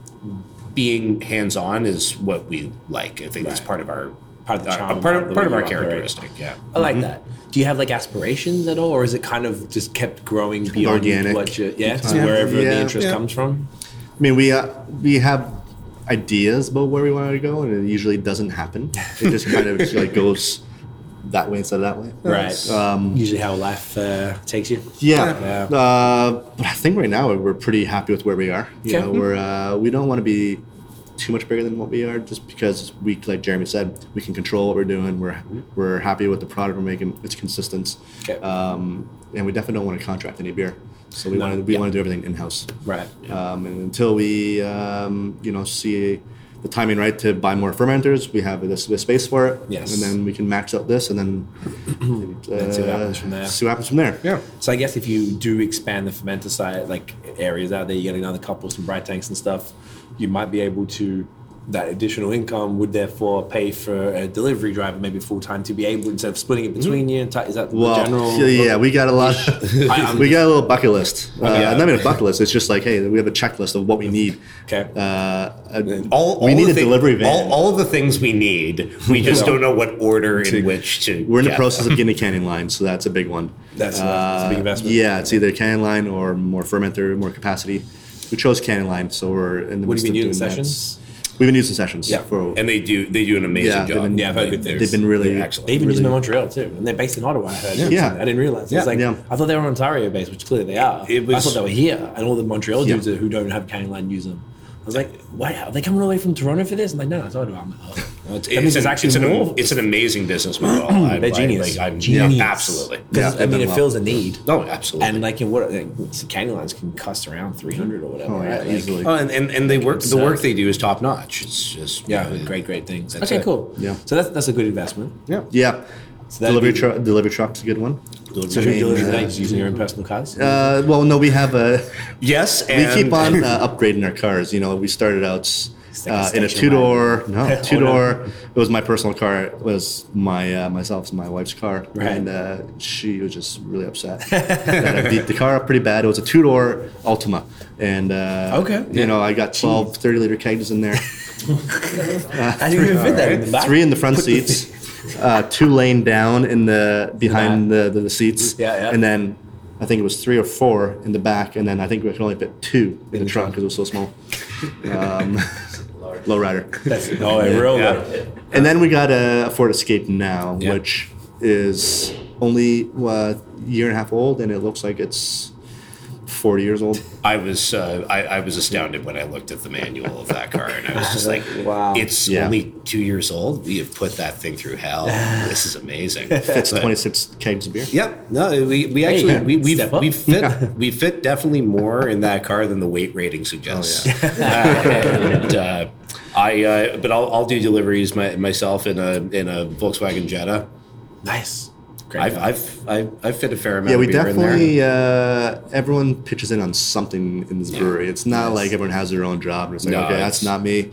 being hands on is what we like. I think that's Right. part of our Part of the uh, charm, part the of, way part of you our operate. characteristic. Yeah. I like that. Do you have like aspirations at all, or is it kind of just kept growing beyond Organic. what you? Yeah, Keep so climbing. wherever the Yeah. interest Yeah. comes from. I mean, we uh, we have ideas about where we want to go, and it usually doesn't happen. It just kind of just, like goes that way instead of that way. Right. Um, Usually, how life uh, takes you. Yeah. Yeah. Uh, but I think right now we're pretty happy with where we are. You Okay. know, we're uh, we don't want to be too much bigger than what we are, just because we, like Jeremy said, we can control what we're doing. We're we're happy with the product we're making. It's consistent. Okay. Um, and we definitely don't want to contract any beer. So we No, want to we yeah. want to do everything in house. Right. Um, and until we, um, you know, see the timing right to buy more fermenters, we have this, this space for it. Yes. And then we can max out this, and then uh, see what happens from there. See what happens from there. Yeah. So I guess if you do expand the fermenter side, like areas out there, you get another couple, some bright tanks and stuff, you might be able to. That additional income would therefore pay for a delivery driver, maybe full time, to be able instead of splitting it between you. and ti- Is that Hmm. Well, the general? yeah, yeah, we got a lot. I'm we got a little bucket list. Uh, Okay. Not even a bucket list. It's just like, hey, we have a checklist of what we need. Okay. Uh, uh, All, we all need the a thing- delivery van. All, all of the things we need, we just don't know what order in which to. We're in the get process of getting a canning line, so that's a big one. Uh, That's a- that's a big investment. Yeah, it's either a canning line or more fermenter, more capacity. We chose canning line, so we're in the What midst have you been of using doing that. sessions? We've been using sessions. Yeah. for and they do they do an amazing Yeah, they've job. been- Yeah, I've heard good things. they're really- excellent. They even Really- use them in Montreal too, and they're based in Ottawa. I heard. Yeah. I didn't realize. It's Yeah. like Yeah. I thought they were Ontario based, which clearly they are. It was- I thought they were here, and all the Montreal Yeah. dudes who don't have Canning Line use them. I was like, why are they coming all the way from Toronto for this? And like, no, it's Ottawa. I'm like, oh. It's, That means it's, an, actually it's, an, more- it's an amazing business model. I, They're I- genius. like, I'm, Genius. Yeah, absolutely. 'Cause, Yeah, I mean, they've it done fills a need. No, absolutely. And like in what like, Canning Lines can cost around three hundred or whatever. Oh, yeah, right? Like, easily. oh, and, and, and they work. The serve. work they do is top notch. It's just Yeah, you know, great, great things. That's okay, it. cool. Yeah. So that's that's a good investment. Yeah. yeah. that'd delivery be- truck, delivery truck's a good one. So who And, delivers uh, that Just using your own personal cars? Uh, well, no, we have a. Yes, We and keep on uh, upgrading our cars. You know, we started out like a uh, in a station two door. wagon. No, Oh, two door. It was my personal car. It was my uh, myself's my wife's car, Right. and uh, she was just really upset that I beat the car up pretty bad. It was a two door Altima, and uh, Okay. you know, I got 12, 30 liter kegs in there, I didn't even fit that in the back. three in the front seats, uh, two laying down in the behind the, the, the seats, Yeah, yeah. and then. I think it was three or four in the back, and then I think we could only fit two in, the trunk because it was so small. Um, lowrider. That's, oh, a real one. And then we got a Ford Escape now, Yeah. which is only uh, a year and a half old, and it looks like it's 40 years old. I was uh, I, I was astounded when I looked at the manual of that car, and I was just like, Wow. it's Yeah. only two years old. We have put that thing through hell. This is amazing." It's But- 26 kegs of beer. Yep. No, we, we actually yeah. we we, Step up. we fit we Oh, fit definitely more in that car than the weight rating suggests. Uh, and, uh, I uh, but I'll, I'll do deliveries my, myself in a in a Volkswagen Jetta. Nice. Great. I've I've I've, I've fit a fair amount. Yeah, we of beer In definitely. there. Uh, everyone pitches in on something in this brewery. It's not like everyone has their own job. and It's like, No, okay, it's- that's not me.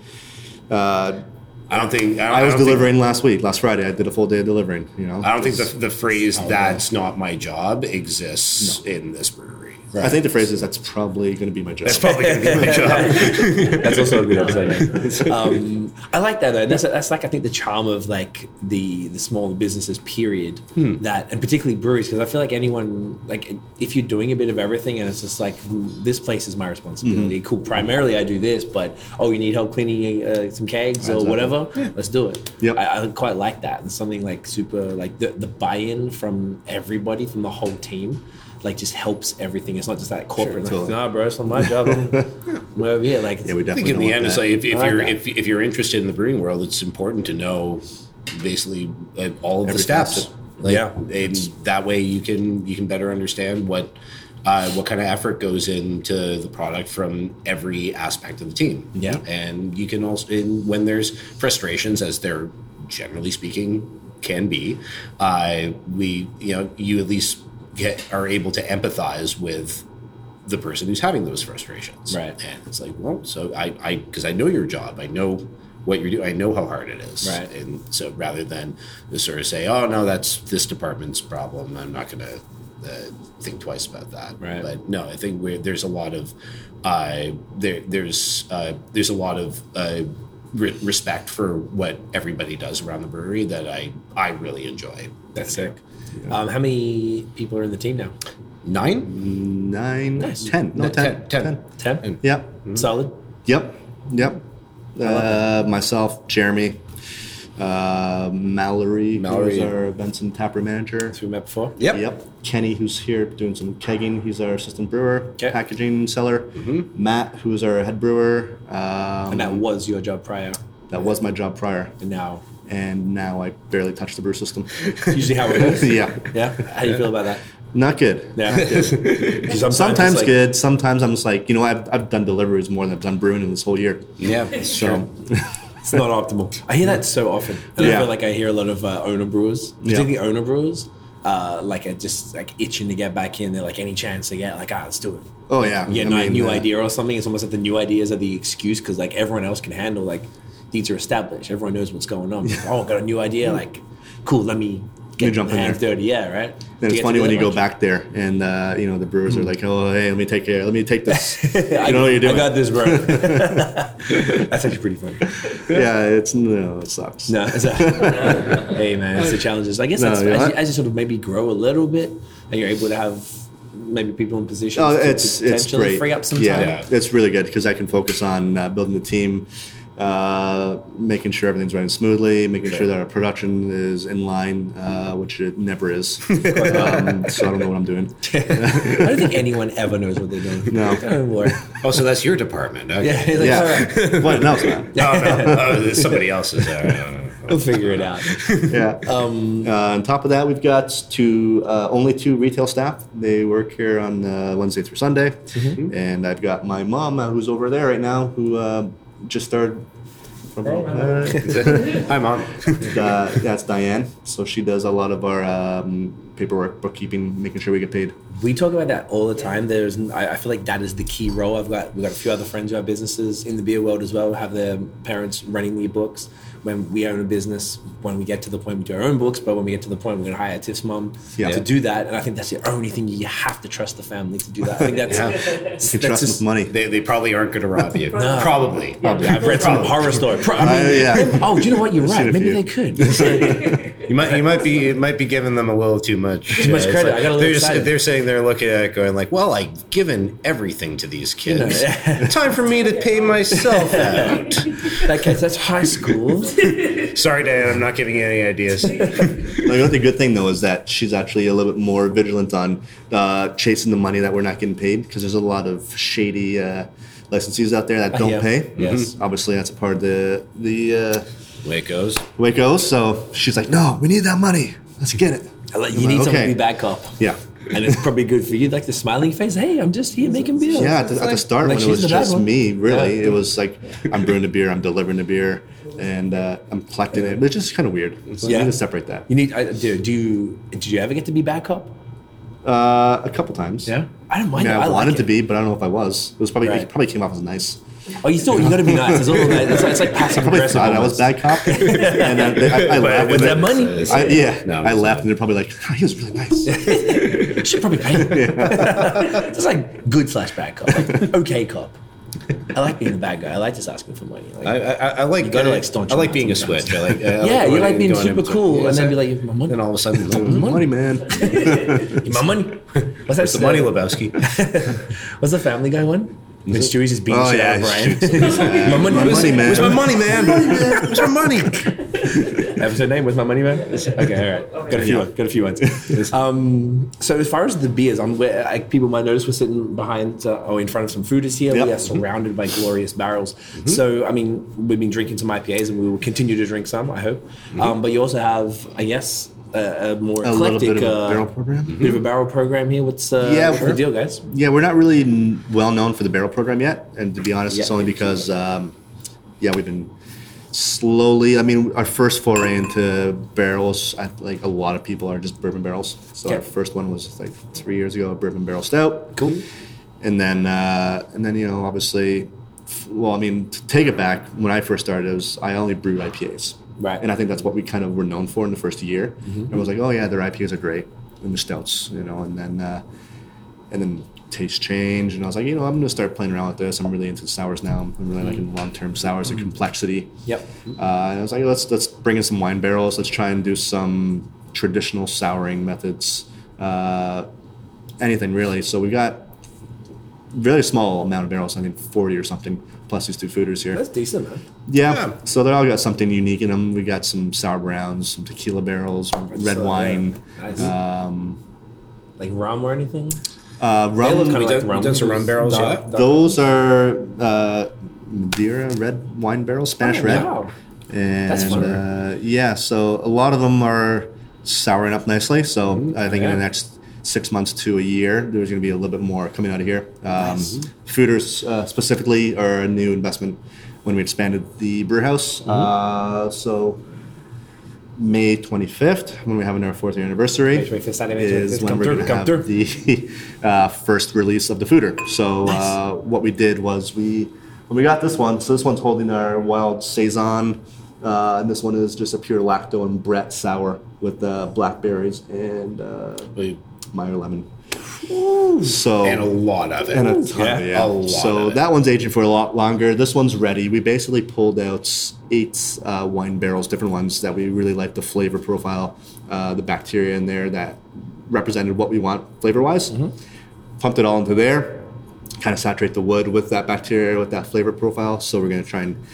Uh, I don't think I, I was don't think- delivering last week, last Friday. I did a full day of delivering. You know, I don't think the, the Oh, phrase "that's not my job" exists in this brewery. I think the phrase is that's probably going to be my job. That's probably going to be my job. That's also a good episode. um, I like that though. That's, that's like I think the charm of like the the smaller businesses period that and particularly breweries because I feel like anyone like if you're doing a bit of everything and it's just like this place is my responsibility. Cool. Primarily I do this, but oh you need help cleaning uh, some kegs or Exactly. whatever. Let's do it. Yep. I, I quite like that and something like super like the, the buy-in from everybody from the whole team. Like just helps everything. It's not just that corporate. like, totally. nah, bro, it's not my job. I'm, I'm over here. Like, yeah, we I think definitely. in the don't end, want it's that. like if, if I like you're that. if, if you're interested in the brewing world, it's important to know basically uh, all of the Every steps. facet. Like, Yeah. and that way you can you can better understand what uh, what kind of effort goes into the product from every aspect of the team. Yeah. and you can also and when there's frustrations, as there generally speaking can be, uh, we you know you at least get are able to empathize with the person who's having those frustrations. Right. And it's like, well, so I, I, because I know your job, I know what you're doing, I know how hard it is. Right. And so rather than just sort of say, oh, no, that's this department's problem, I'm not going to uh, think twice about that. Right. But no, I think we're, there's a lot of, uh, there, there's, uh, there's a lot of, uh, re- respect for what everybody does around the brewery that I, I really enjoy. That's sick. Um, how many people are in the team now? Nine? nine, Nice. ten, no, No, ten, ten, ten. Ten. Yep, Solid. yep, yep. Uh, myself, Jeremy, uh, Mallory, Mallory. who's our events and tapper manager. That's we met before. Yep. Kenny, who's here doing some kegging. He's our assistant brewer, Okay. Mm-hmm. packaging seller. Matt, who's our head brewer. Um, And that was your job prior, that was my job prior. and now And now I barely touch the brew system. usually how it is. yeah. Yeah. How do you feel about that? Not good. Yeah. 'Cause sometimes, Sometimes it's like- good. Sometimes I'm just like, you know, I've, I've done deliveries more than I've done brewing in this whole year. Yeah. So It's not optimal. I hear that so often. And I Yeah. feel like I hear a lot of uh, owner brewers, particularly owner brewers, uh, like are just like itching to get back in. They're like any chance they get, like ah, let's do it. Oh yeah, Yeah, I no mean, new uh, idea or something. It's almost like the new ideas are the excuse because like everyone else can handle like these are established. Everyone knows what's going on. Oh, got a new idea. Like, cool. Let me get jump my in hands there. dirty. Yeah, right. To And get it's to funny the when you go lunch. back there, and uh, you know the brewers are like, "Oh, hey, let me take care. Let me take this." you I, know what you're doing. I got this, bro. That's actually pretty funny. yeah, it's no, it sucks. No, it's a, hey man, it's the challenges. I guess No, that's, you're as, you, right. as you sort of maybe grow a little bit, and you're able to have maybe people in positions Oh, to it's it's potentially great. free up some yeah, time. Yeah. it's really good because I can focus on uh, building the team, uh, making sure everything's running smoothly, making sure that our production is in line, uh, which it never is. um, so I don't know what I'm doing. I don't think anyone ever knows what they're doing. No. Don't worry. Oh, so that's your department. Okay. Yeah, like, all right, Yeah, what? No, it's not. Oh, no. oh, there's somebody else's. Uh, we'll figure it out. Yeah. Um, uh, on top of that, we've got two, uh, only two retail staff. They work here on uh, Wednesday through Sunday, Mm-hmm. and I've got my mom uh, who's over there right now, who uh, just started. From, uh, Hi, mom. uh, that's Diane. So she does a lot of our um, paperwork, bookkeeping, making sure we get paid. We talk about that all the time. There's, I, I feel like that is the key role. I've got, we've got a few other friends who have businesses in the beer world as well. Have their parents running the books. When we own a business, when we get to the point, we do our own books. But when we get to the point, we're going to hire Tiff's mom Yeah. to do that. And I think that's the only thing you have to trust the family to do that. I think that's, that's You can trust them just- with money. They, they probably aren't going to rob you. Probably. I've read some horror story. Pro- I mean, Uh, yeah. Oh, do you know what? You're I've seen right. a Maybe few. they could. You might you might be it might be giving them a little too much. Too much credit. I got a little they're, just- excited. they're saying they're looking at it going like, well, I've given everything to these kids. Time for me to pay myself out. that case, that's high school. Sorry, Diane, I'm not giving you any ideas. Like, I think the good thing though is that she's actually a little bit more vigilant on uh, chasing the money that we're not getting paid because there's a lot of shady uh, licensees out there that don't Uh, yeah. pay. Mm-hmm. Yes. obviously that's a part of the the uh, Way it goes. way it goes. So she's like, "No, we need that money. Let's get it." I like- I'm You need like, someone "Okay." to be back up. Yeah, and it's probably good for you, like the smiling face. Hey, I'm just here making beer. Yeah, at the, at the start like when it she's was the bad just one. me, really, Yeah. it was like I'm brewing the beer, I'm delivering the beer, and uh, I'm collecting it. But it's just kind of weird. It's like, Yeah. You need to separate that. You need, I, dude. Do you? Did you ever get to be back up? Uh, a couple times. I don't I mind. mean, that. I, I, like wanted it. to be, but I don't know if I was. It was probably Right. it probably came off as nice. Oh, you still you got to be nice. It's all about, it's, like- it's like passive Probably aggressive. thought I was almost. bad cop, and then they, I, I laughed. With when that they- money, you uh, I, yeah, No, I'm I just laughed, and they're probably like, "Oh, "He was really nice." should probably pay. it's like good slash bad cop, like okay cop. I like being the bad guy. I like just asking for money. Like, I, I, I like You gotta, like, staunch I them like out being a sometimes. switch. I like, I yeah, going you like in- being going super in between- cool, Yeah, and then so- be like, my money, then all of a sudden, money. man. my money. What's that? It's the Money Lebowski. What's the Family Guy one? Miss Stewie's just beating Oh, shit yeah, out of Brian. my money, My money, man. Where's my money, man? Where's our money? Episode name. Where's my money, man? Okay, all right. Got a few. Yeah. Ones, got a few ones. um, so as far as the beers, I'm where like, people might notice we're sitting behind. Uh, oh, in front of some food is here. We Yep. Mm-hmm. are surrounded by glorious barrels. So I mean, we've been drinking some IPAs, and we will continue to drink some. I hope. Um, but you also have, I guess, a, a more Mm-hmm. A little eclectic bit of a uh, barrel program? Bit of a barrel program here. What's uh, Yeah, what's the sure. deal, guys? Yeah, we're not really n- well known for the barrel program yet, and to be honest, it's Yeah. only because, um, yeah, we've been slowly. I mean, our first foray into barrels, I, like a lot of people are just bourbon barrels. So our Okay. first one was like three years ago, a bourbon barrel stout, Cool. Mm-hmm. and then uh, and then you know obviously, f- well, I mean, to take it back when I first started, it was I only brewed IPAs, Right. Mm-hmm. And I think that's what we kind of were known for in the first year. Everyone's was like, oh yeah, their IPAs are great, and the stouts, you know, and then. Uh, and then taste change. And I was like, you know, I'm gonna start playing around with this. I'm really into sours now. I'm really liking long-term sours and complexity. Mm-hmm. Yep. Uh, and I was like, let's let's bring in some wine barrels. Let's try and do some traditional souring methods. Uh, anything really. So we got really small amount of barrels. I think 40 or something. Plus these two fooders here. That's decent, man. Yeah. Yeah. So they all got something unique in them. We got some sour browns, some tequila barrels, Oh, red saw that. wine, uh, Nice. um, Like rum or anything? uh, rum. They look kinda We done- we done some rum barrels, Dark- yeah. dark- Those are uh, Madeira red wine barrels, Spanish Oh, red. wow. And fun. uh, yeah, so a lot of them are souring up nicely. So I think in Mm-hmm. yeah. the next six months to a year, there's going to be a little bit more coming out of here. Um, Nice. Fooders uh, specifically are a new investment when we expanded the brew house. Mm-hmm. Uh, so May 25th, when we have our fourth year anniversary, May 25th, Saturday, May is 25th. when Come we're through, going to come have through. the uh, first release of the fooder. So uh, what we did was we when we got this one. So this one's holding our wild saison, uh, and this one is just a pure lacto and Brett sour with uh, blackberries and uh, Meyer lemon. So And a lot of it. and a ton, Yeah, yeah. a lot so of it. that one's aging for a lot longer. This one's ready. We basically pulled out eight uh, wine barrels, different ones that we really liked the flavor profile, uh, the bacteria in there that represented what we want flavor wise. Mm-hmm. Pumped it all into there, kind of saturate the wood with that bacteria, with that flavor profile. So we're going to try and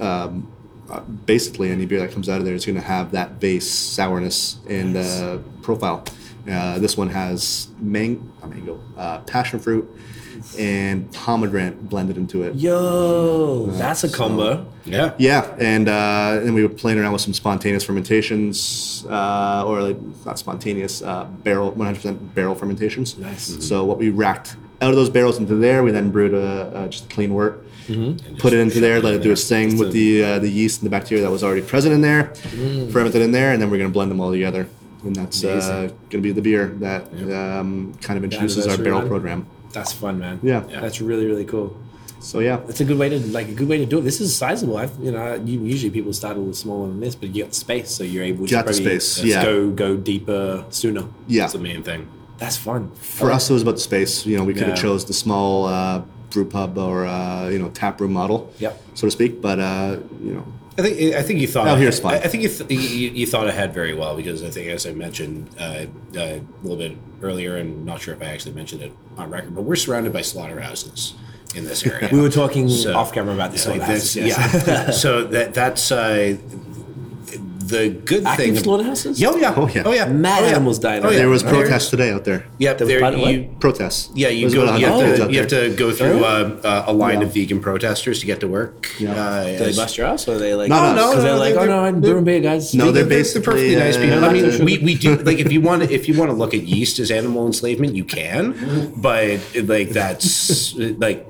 um, uh, basically any beer that comes out of there is going to have that base sourness and uh, profile. Uh, this one has mang- not mango, uh, passion fruit, and pomegranate blended into it. Yo, that's a combo. yeah. Yeah, and uh, and we were playing around with some spontaneous fermentations, uh, or like not spontaneous uh, barrel, one hundred percent barrel fermentations. Nice. So what we racked out of those barrels into there, we then brewed a, uh just clean wort, put it into there, let it do its thing with the uh, the yeast and the bacteria that was already present in there, fermented in there, and then we're gonna blend them all together, and that's uh, gonna be the beer that um, kind of introduces our Anniversary barrel one? program. That's fun, man. Yeah. Yeah. that's really really cool. So yeah, It's a good way to like a good way to do it. This is sizable. I've, you know, you, usually people start a little smaller than this, but you got space, so you're able to Got the probably space, yeah. go go deeper sooner. yeah. That's the main thing. That's fun. for us it was about the space you know we could have Yeah. chose the small uh, brew pub or uh, you know tap room model Yep. so to speak but uh, you know I think I think you thought. Oh, here's fun. I, I think you, th- you you you thought ahead very well because I think as I mentioned uh, uh, a little bit earlier, and not sure if I actually mentioned it on record, but we're surrounded by slaughterhouses in this area. We were talking So- off camera about this. So one. that's- yeah. yeah. so that that's uh, the good Active thing. slaughterhouses? Yeah, Oh yeah. Oh, yeah. Oh yeah. Mad oh, yeah. animals dying. out yeah. There was Oh, protests today out there. Yep. The- There, by the way- you, Protests. yeah, you There's go. about You 100 kids have, out to, you have there. to go through uh, uh, a line Yeah. of vegan protesters to get to work. Yeah. Uh, Do they yes. bust your ass or are they like, No, no, because they're no, like, they're- oh no, I'm doing beer, guys. No, they're They're- they're basically. perfectly nice people. uh, I mean, we, we do like if you want if you want to look at yeast as animal enslavement, you can, but like that's like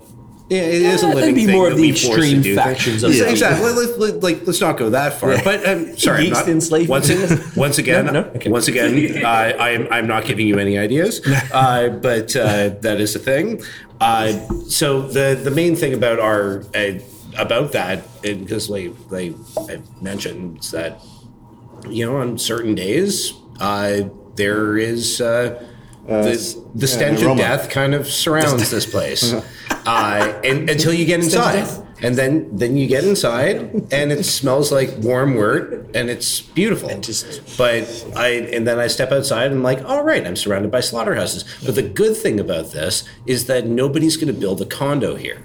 yeah, it is a Yeah, living that'd be thing more that of the we force to extreme do factions of things. the exactly. Let, let, let, like, let's not go that far. But um, sorry, I'm Yeast not- enslavement. Once, a- once again, No, no, okay. once again, uh, I'm I'm not giving you any ideas, uh, but uh, that is a thing. Uh, so the the main thing about our uh, about that, and because like they I mentioned is that you know, on certain days, uh, there is uh, the, the stench of aroma. death kind of surrounds this place, uh, and until you get inside, and then then you get inside, and it smells like warm wort, and it's beautiful. but I and then I step outside, and I'm like, all right, I'm surrounded by slaughterhouses. But the good thing about this is that nobody's going to build a condo here.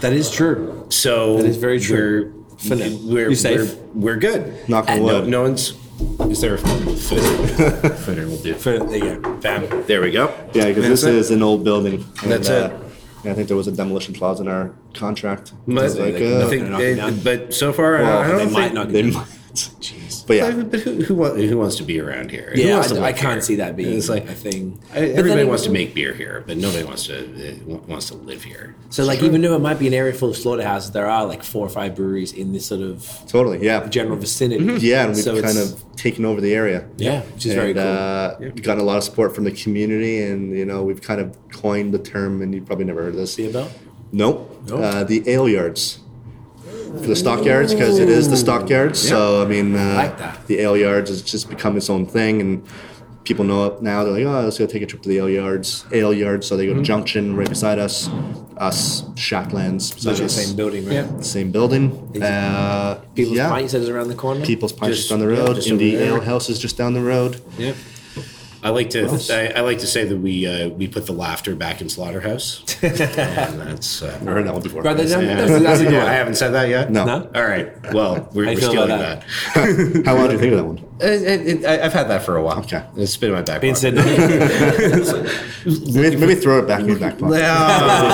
That is true. So That is very true. We're, For now. We're, You're safe. We're, we're good. Knock on And wood. No, no one's. Is there a footer? footer will do. For, there you go. Bam. There we go. Yeah, because this That's it. is an old building. and, That's uh, it. yeah, I think there was a demolition clause in our contract. But, It's like, uh, I think knock they- it down. but so far, I- I Well, don't They think. might not. they be- might. But yeah, But who, who, wants, who wants to be around here? Who Yeah, wants I, to I live can't here? see that being It's like a thing. But I- then everybody it- wants to make beer here, but nobody wants to uh, wants to live here. So, like, even though it might be an area full of slaughterhouses, there are like four or five breweries in this sort of totally. Yeah. general vicinity. Yeah, and we've So it's- kind of taken over the area. yeah, which is and, very cool. Uh, Gotten a lot of support from the community, and you know we've kind of coined the term, and you probably never heard this. Be about Nope. No? Uh, the ale yards. For the stockyards, because it is the stockyards. So I mean, uh, like that. the ale yards has just become its own thing, and people know it now. They're like, oh, let's go take a trip to the ale yards. Ale yards. So they go to Junction, right beside us. Us, Shacklands, the beside us. same building, right? Yeah. Same building. Uh, People's yeah. Pint said it's around the corner. People's Pint Just- just down the yeah, road. just Indie over there. Ale House is just down the road. Yeah. I like to I, I like to say that we uh, we put the laughter back in slaughterhouse. and that's uh, Never heard that one before. Right, that's- yeah. that's- that's a good Yeah, one. I haven't said that yet. No. No? All right. Well, we're, How you we're feel stealing about that. How long do you think of that one? Uh, it- it- I, I've had that for a while. Okay. It's been in my back Being pocket. said, no. Maybe, maybe throw it back in your back pocket.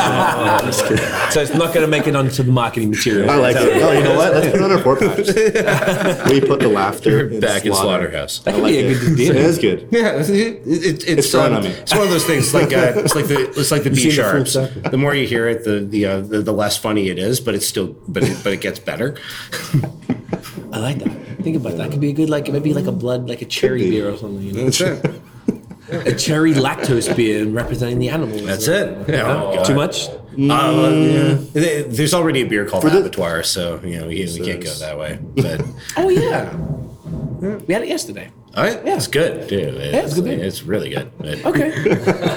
so it's not going to make it onto the marketing material. I like it. Oh, you know what? Let's put it on our four packs. we put the laughter back in slaughterhouse. That I could like be a it. good It deal. is good. Yeah, it, it, it's It's growing um, on me. It's one of those things. Like uh, it's like the it's like the B seen the full sharps. circle. The more you hear it, the the, uh, the the less funny it is, but it's still but it, but it gets better. I like that. Think about that. That could be a good, like, maybe like a blood, like a cherry be. beer or something. You know? That's it. A cherry lactose beer representing the animals. That's it. Yeah. Oh, God. Too much? Uh, yeah. There- There's already a beer called the- Abattoir, so you know we, we can't go There's- that way. But Oh, yeah. We had it yesterday. all right, yeah. it's good, dude. It's, it's good beer. it's really good. But- Okay.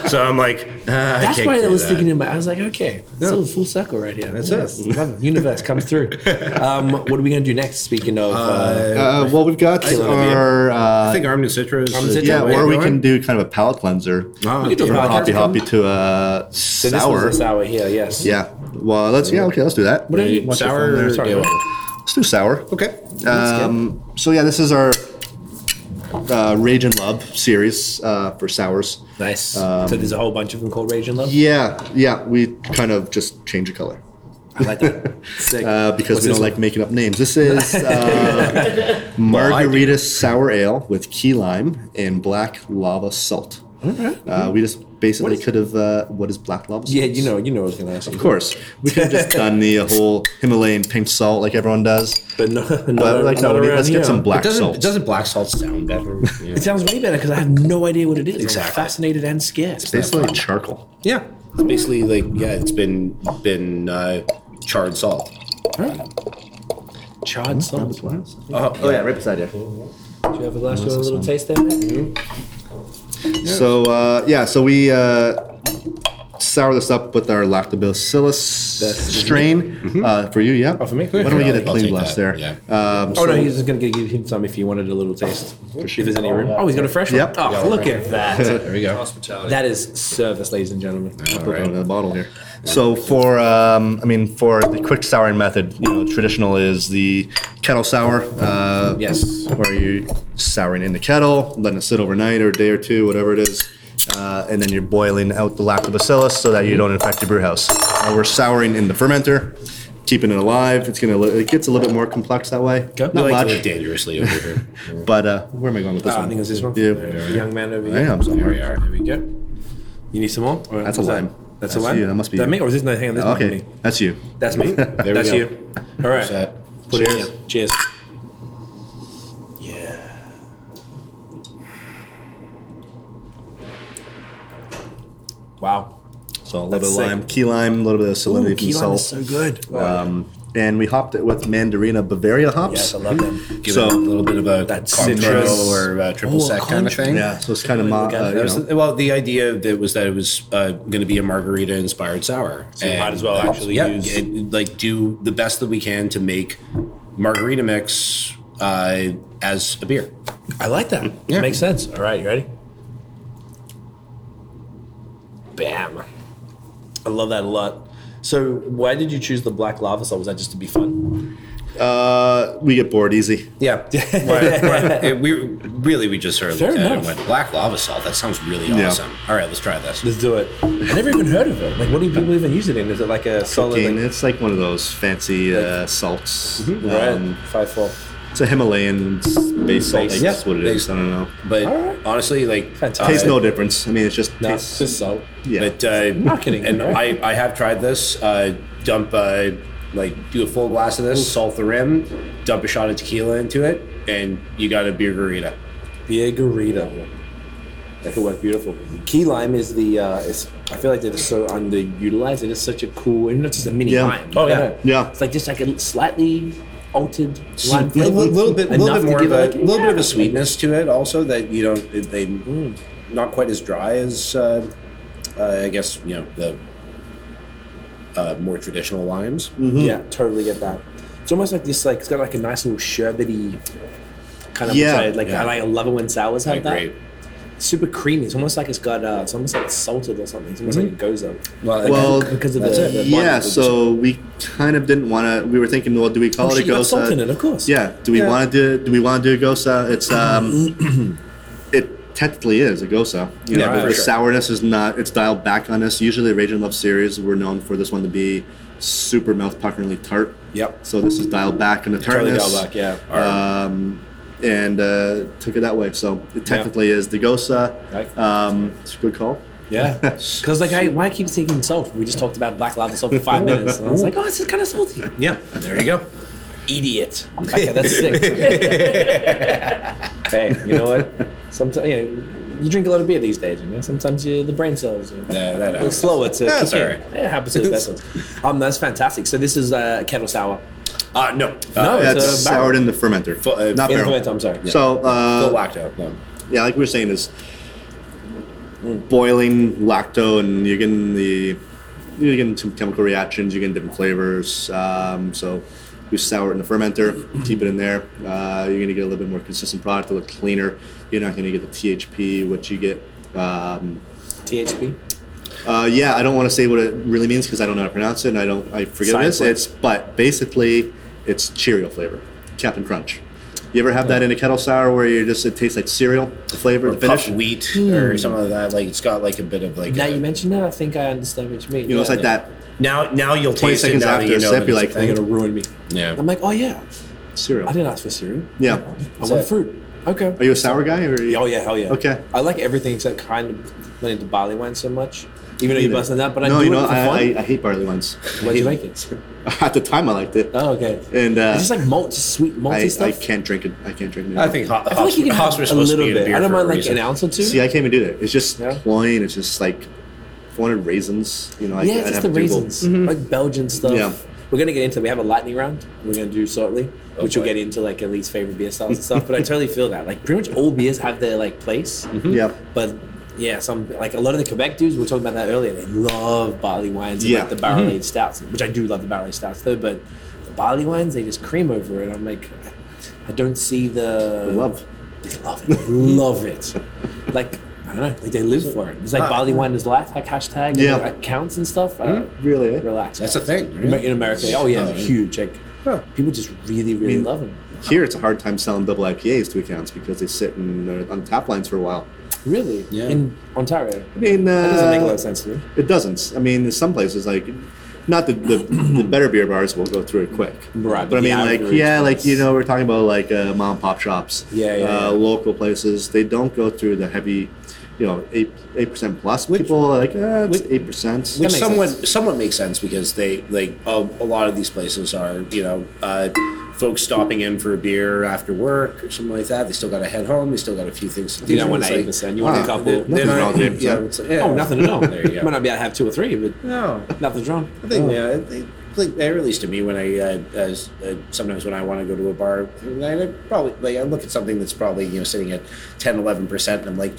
So I'm like, ah, I That's can't why I do was that. thinking about I was like, okay, it's all full circle right here. That's yes. it. Universe comes through. Um, what are we going to do next? Speaking of. Uh, Uh, well, we've got our. I Uh, think Armed and Citrus. Armed and Citra, yeah, where or we going? can do kind of a palate cleanser. Oh, we could do From a podcast hoppy from- hoppy to a So this was sour. the sour here, yes. Yeah. Well, let's. Yeah, okay, let's do that. What are you- What's your sour phone there? or Sorry. ale? Let's do sour. Okay. Um, so yeah, this is our uh, Rage and Love series uh, for sours. Nice. so there's a whole bunch of them called Rage and Love. Yeah, yeah, we kind of just change the color I like that. Sick. uh, because What's we this don't like making up names. This is uh, Margarita Sour Ale with key lime and black lava salt. Uh, we just basically could have. Uh, what is black lava? one? Salt? Yeah, you know, you know what I was going to ask. Of course, we could have just done the uh, whole Himalayan pink salt like everyone does. But no, But not, like, no, not we need- around let's here. get some black salt. Doesn't doesn't black salt sound better? Yeah. It sounds way better because I have no idea what it is. I'm Exactly. fascinated and scared. basically charcoal. Yeah, it's basically like yeah, it's been been uh, charred salt. Hmm? Charred salt. Do Oh, yeah, right beside you. you have a glass? Do you want a little taste Mm-hmm. there? mate? So uh, yeah, so we uh, sour this up with our lactobacillus strain Mm-hmm. uh, for you. Yeah. Oh, for me? Why don't we get a I'll clean take glass that, there? yeah. Um, Oh so- no, he's just gonna give him some if he wanted a little taste. If there's any room. Oh, he's got a fresh Yep. one. Oh, look at that. There we go. Hospitality. that is service, ladies and gentlemen. Put that in the bottle here. So for um, I mean for the quick souring method, you know, traditional is the kettle sour. Uh, Yes. Where you souring in the kettle, letting it sit overnight or a day or two, whatever it is, uh, and then you're boiling out the lactobacillus so that you don't infect your brew house. Uh, we're souring in the fermenter, keeping it alive. It's gonna li- it gets a little bit more complex that way. Okay. Not I Like to live much, dangerously over here. but uh, where am I going with this Oh, one? I think it was this one. Yeah. The young man over here. I am There we somewhere. are. There we go. You need some more? Or That's a was that- lime. That's, a That's lime. you, that must be that you. Oh, me, or is this no? Hang on, this might be Okay, me. that's you. That's me. we That's go. you. All right. Set. Put it in. Cheers. Cheers. Yeah. Wow. So a little That's bit of sick. lime, key lime, a little bit of salinity from salt. good. Um, and we hopped it with Mandarina Bavaria hops. yes, I love them. Give So- it a little bit of a That Cointreau citrus- or a triple Oh, sec kind of Cointreau. thing. yeah, so it's kind of ma- Look at uh, it. you That was- know, Oh, well, the idea that was that it was uh, going to be a margarita inspired sour. you might as well uh, actually yeah, use- and, like do the best that we can to make margarita mix uh, as a beer. I like that. Yeah. Makes sense. All right, you ready? Bam. I love that a lot. So, why did you choose the black lava salt? Was that just to be fun? uh, we get bored easy. Yeah, Right, right. It- we really we just sort of Fair looked at it and enough. went black lava salt. That sounds really Yeah. awesome. All right, let's try this. Let's do it. I never even heard of it. Like, what do people even use it in? Is it like a solid? Again, like, Mm-hmm, it's like one of those fancy uh, salts. Um, red, five four. it's a Himalayan base salt. I Base. guess that's what it is. Base. I don't know. But All right. honestly, like uh, Fantastic. Tastes no difference. I mean, it's just No, it's tastes. just salt. yeah. But uh, Not kidding, And right? I, I have tried this. Uh, dump uh, like do a full glass of this, salt the rim, dump a shot of tequila into it, and you got a beer garita. Beer garita. That could work beautiful. Key lime is the. Uh, is, I feel like they're just so underutilized. It is such a cool, and it's just a mini Yeah. lime. Oh, You yeah. know? Yeah. It's like just like a slightly altered A lime flavor. little, little bit, little enough bit to more of give a it, like, little bit of yeah, a sweetness to it, also that you don't it- they not quite as dry as uh, uh, I guess you know the uh, more traditional limes. Yeah, totally get that. It's almost like this, like it's got like a nice little sherbety kind of Yeah. side, like Yeah. I like I love it when sours have Like, that. great. Super creamy. It's almost like it's got. Uh, it's almost like it's salted or something. It's almost like it goes up. Mm-hmm. Well, uh, Like, Well, because of the, that's it. the yeah, lime. so we kind of didn't want to. We were thinking, well, do we call Oh, it a shit, you got ghost? salt uh, in it, of course. Yeah. Do we want to do? Do we want to do a gosa? It's um, it technically is a gosa. You know, Yeah, but for the sure. sourness is not. It's dialed back on us. Usually, the Rage and Love series we're known for this one to be super mouth puckeringly tart. Yep. So this is dialed back on the Totally tartness. dial back. Yeah. Um, and uh, took it that way. So it technically is the gosa. Right. Um, it's a good call. Yeah. Because like, I, why I keep thinking salt? We just talked about black lava salt for five minutes, and I was like, oh, it's kind of salty. yeah, there you go. Idiot. Okay, that's sick. hey, you know what? Sometimes you, know, you drink a lot of beer these days. You know, sometimes you, the brain cells. You know, Yeah, that It's happens. slower to That's kick in. alright. Yeah, it happens to the best ones. Um, that's fantastic. So this is uh, kettle sour. Uh, no, No, Oh, uh, it's That's a barrel. soured in the fermenter, Fu- uh, not In the barrel. fermenter, I'm sorry. So uh, the lacto. No. yeah, like we were saying, is boiling lacto, and you're getting the you're getting some chemical reactions, you're getting different flavors. Um, so you sour it in the fermenter, keep it in there. Uh, you're gonna get a little bit more consistent product, a little cleaner. You're not gonna get the THP, which you get. Um, THP. uh, yeah, I don't want to say what it really means because I don't know how to pronounce it, and I don't I forget what it is. Science. It's but basically it's Cheerio flavor, Captain Crunch. You ever have that in a kettle sour where you just it tastes like cereal, the flavor, Or the finish? puffed wheat Hmm. or something like that. Like it's got like a bit of like. Now a- you mentioned that, I think I understand what you mean. You know, it's Yeah. like that now, now you'll 20 taste seconds it now after that you a know sip, that you're it's like, a They're thing. gonna ruin me. yeah. I'm like, oh yeah, cereal. I didn't ask for cereal. Yeah. I want fruit. Okay. Are you a sour guy or? Are you, Oh yeah, hell yeah. Okay. I like everything except kind of not into barley wine so much. Even though you bust on that, but I no, do you it know, for I, fun. I, I hate barley wines. Why do you like it? At the time, I liked it. Oh, okay. And, uh, it's just like malt, just sweet malty I, stuff. I can't drink it. I can't drink it. I think ho- I feel like you can have a little bit. I don't mind like an ounce or two. See, I can't even do that. It's just Yeah. plain. It's just like if I wanted raisins, you know, I, yeah, I'd it's just have the to do both. raisins, like Belgian stuff. Yeah. We're gonna get into. We have a lightning round. We're gonna do shortly, which we'll boy. get into like at Hmm? least favorite beer styles and stuff. But I totally feel that. Like pretty much all beers have their like place, Yeah. but Yeah, some like a lot of the Quebec dudes. We were talking about that earlier. They love barley wines and Yeah. like the barrel aged stouts, which I do love the barrel aged stouts though. But the barley wines, they just cream over it. I'm like, I don't see the I love. They love it. love it. Like I don't know. Like they live for it. It's like barley wine is life. Like hashtag Ah. Yeah. and it counts and stuff. I don't know. Really? eh? relax. That's the thing. Amer- in America. Oh yeah, Oh, yeah. huge. Like people just really, really mean- love them. Here, it's a hard time selling double IPAs to accounts because they sit in they're on tap lines for a while. Really? Yeah. In Ontario. I mean, uh, That doesn't make a lot of sense to me. It doesn't. I mean, there's some places like, not the, the, the better beer bars will go through it quick. Right, But I the mean, like, average yeah, like, you place. know, we're talking about like uh, mom and pop shops. Yeah, yeah, uh, yeah. Local places. They don't go through the heavy, you know, 8, 8% plus. People are like, eh, it's 8%. Which makes somewhat sense. somewhat makes sense because they like a, a lot of these places are you know uh, folks stopping in for a beer after work or something like that. They still got to head home. They still got a few things to do. You don't want It's eight percent. You want a ah, couple. nothing's they're wrong not, with eight yeah, percent. it's like, yeah. Oh, nothing at all. There you go. Might not be able to have two or three, but No, nothing's wrong. Oh. I Oh. think yeah. I think, like at least to me, when I uh, as, uh, sometimes when I want to go to a bar, I, I probably like I look at something that's probably you know sitting at 10, 11 percent, and I'm like,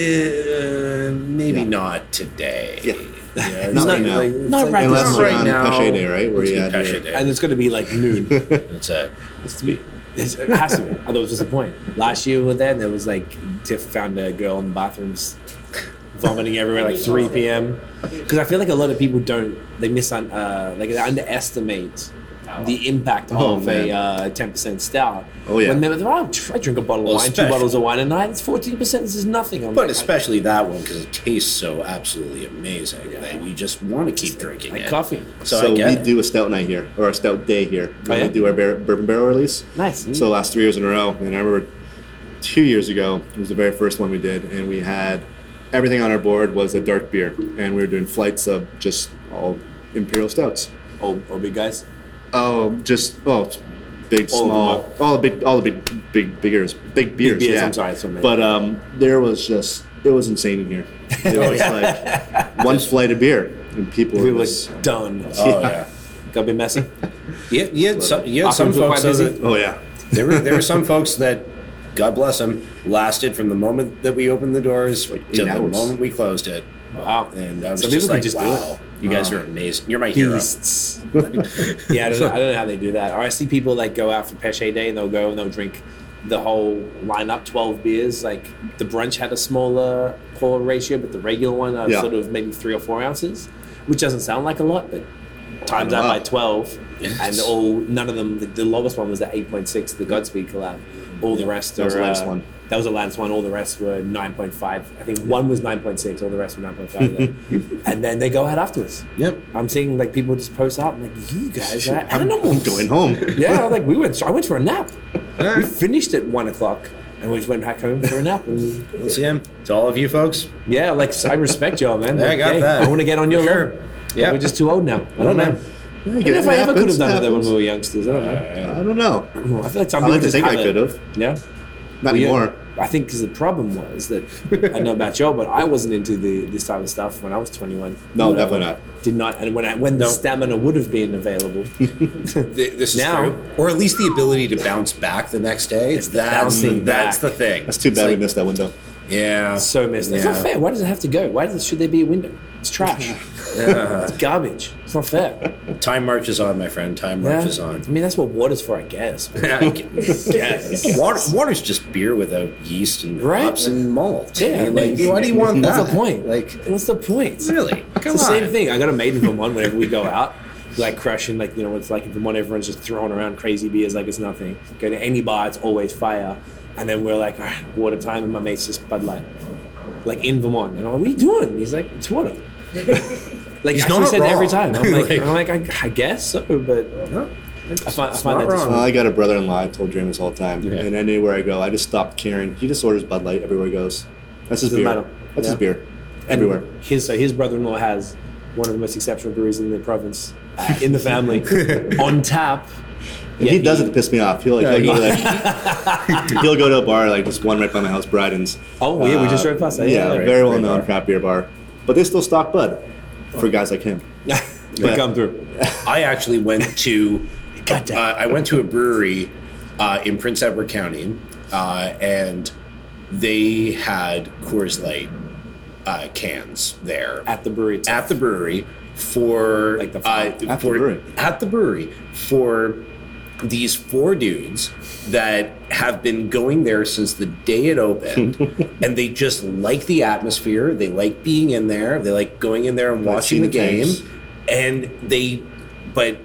eh, maybe Yeah. not today. Yeah. Yeah, Not right like- now. like- Not like- right it's Unless not we're right on now. Pache Day, right? Where It's you gonna had be your- Pache Day. uh, And it's going to be like noon. That's it. It's to be. It's, it has to be. Otherwise, what's the point? Last year we were there, and there was like Tiff found a girl in the bathrooms vomiting everywhere, like 3 p.m. Because I feel like a lot of people don't they miss on uh, like they underestimate the impact Oh, of man. a uh, 10% stout. Oh, yeah. When they're, they're, oh, I drink a bottle of Well, wine, two especially- bottles of wine a night. It's 14%. This is nothing. I'm like, But I- especially that one because it tastes so absolutely amazing that you just want to keep drinking like it. coffee. So, So, I we get it. do a stout night here, or a stout day here. Oh, yeah? We do our bar- bourbon barrel release. Nice. So last three years in a row, and I remember two years ago it was the very first one we did, and we had everything on our board was a dark beer, and we were doing flights of just all imperial stouts. Oh, oh, big guys. Oh, just oh, big, All of small, them all the big, all the big, big, beers, big beers. beers, yeah. I'm sorry, so many. But um, there was just it was insane in here. It was like one flight of beer, and people We were were just, done. Oh yeah. Gotta be messy. Yeah, yeah. Some, yeah, some Often we're folks quite busy. that- oh yeah, there were there were some folks that, God bless them, lasted from the moment that we opened the doors to the hours. moment we closed it. Wow. And I was So people just can like, just do it. Uh, wow, you guys are amazing. You're my hero. beasts. yeah, I don't, know, I don't know how they do that. Or I see people like go out for Peche Day and they'll go and they'll drink the whole lineup, twelve beers. Like the brunch had a smaller pour ratio, but the regular one uh, Yeah. sort of maybe three or four ounces, which doesn't sound like a lot, but times a that by lot. twelve, and all none of them. The, the lowest one was the eight point six, the Godspeed collab. All the rest that was are, the last uh, one. That was the last one. All the rest were nine point five. I think one was nine point six. All the rest were nine point five. and then they go out afterwards. Yep. I'm seeing like people just post out and like you guys are I'm, I'm animals. going home. Yeah, like we went. I went for a nap. We finished at one o'clock and we just went back home for a nap. And, Mm. We'll see him. To all of you folks, yeah, like I respect y'all, man. Yeah, I Like, got hey, that. I want to get on your Sure. level. Yeah. we're just too old now. I don't know. Yeah, I don't know if I ever could have happens, done that when happens. we were youngsters. I don't know. I don't know. I feel like some I people like to just think I have it. could have. Yeah. Not Well, yeah, anymore. I think because the problem was that I don't know about y'all, but I wasn't into the this type of stuff when I was 21. No, Whatever. definitely not. Did not, and when I, when the stamina would have been available, th- this is Now- true. Or at least the ability to bounce back the next day. It's that's, the, bouncing that's back. the thing. That's too It's bad we like- missed that window. Yeah. so missed. It's not Yeah. fair. Why does it have to go? Why does should there be a window? It's trash. it's garbage. It's not fair. Time marches on, my friend. Time Yeah. marches on. I mean, that's what water's for, I guess. yes. Water, water's just beer without yeast and Right? hops and malt. Yeah, I mean, like, like- why do you want that? What's the point? Like, what's the point? really? Come it's the on. same thing. I got a maiden from one whenever we go out, like crushing, like you know, it's like in Vermont, everyone's just throwing around crazy beers like it's nothing. Go to any bar, it's always fire. And then we're like, all right, water time, and my mate's just Bud Light, like in Vermont. And I'm like, what are you doing? He's like, it's water. like He's he's actually not said wrong. every time. I'm like, Like- I'm like I, I guess so, but No, I it's find, I not find that wrong. just Well, Uh, I got a brother-in-law. I told Jeremy this all the time, and anywhere I go, I just stopped caring. He just orders Bud Light everywhere he goes. That's his Doesn't beer. matter. That's Yeah. his beer. Everywhere. His so his brother-in-law has one of the most exceptional breweries in the province, uh, in the family, on tap. And Yeah, he does it to piss me off. He'll like, he'll, go to, like he'll go to a bar like this one right by my house, Bryden's. Oh yeah, we just Uh, drove past. that. Yeah, right. very well-known craft beer bar, but they still stock Bud Oh. for guys like him. they come through. I actually went to uh, damn. I went to a brewery uh, in Prince Edward County, uh, and they had Coors Light uh, cans there at the brewery. itself. at the brewery for Like the uh, At the for- brewery. at the brewery for these four dudes that have been going there since the day it opened and they just like the atmosphere they like being in there they like going in there and watching the seeing the game games. and they but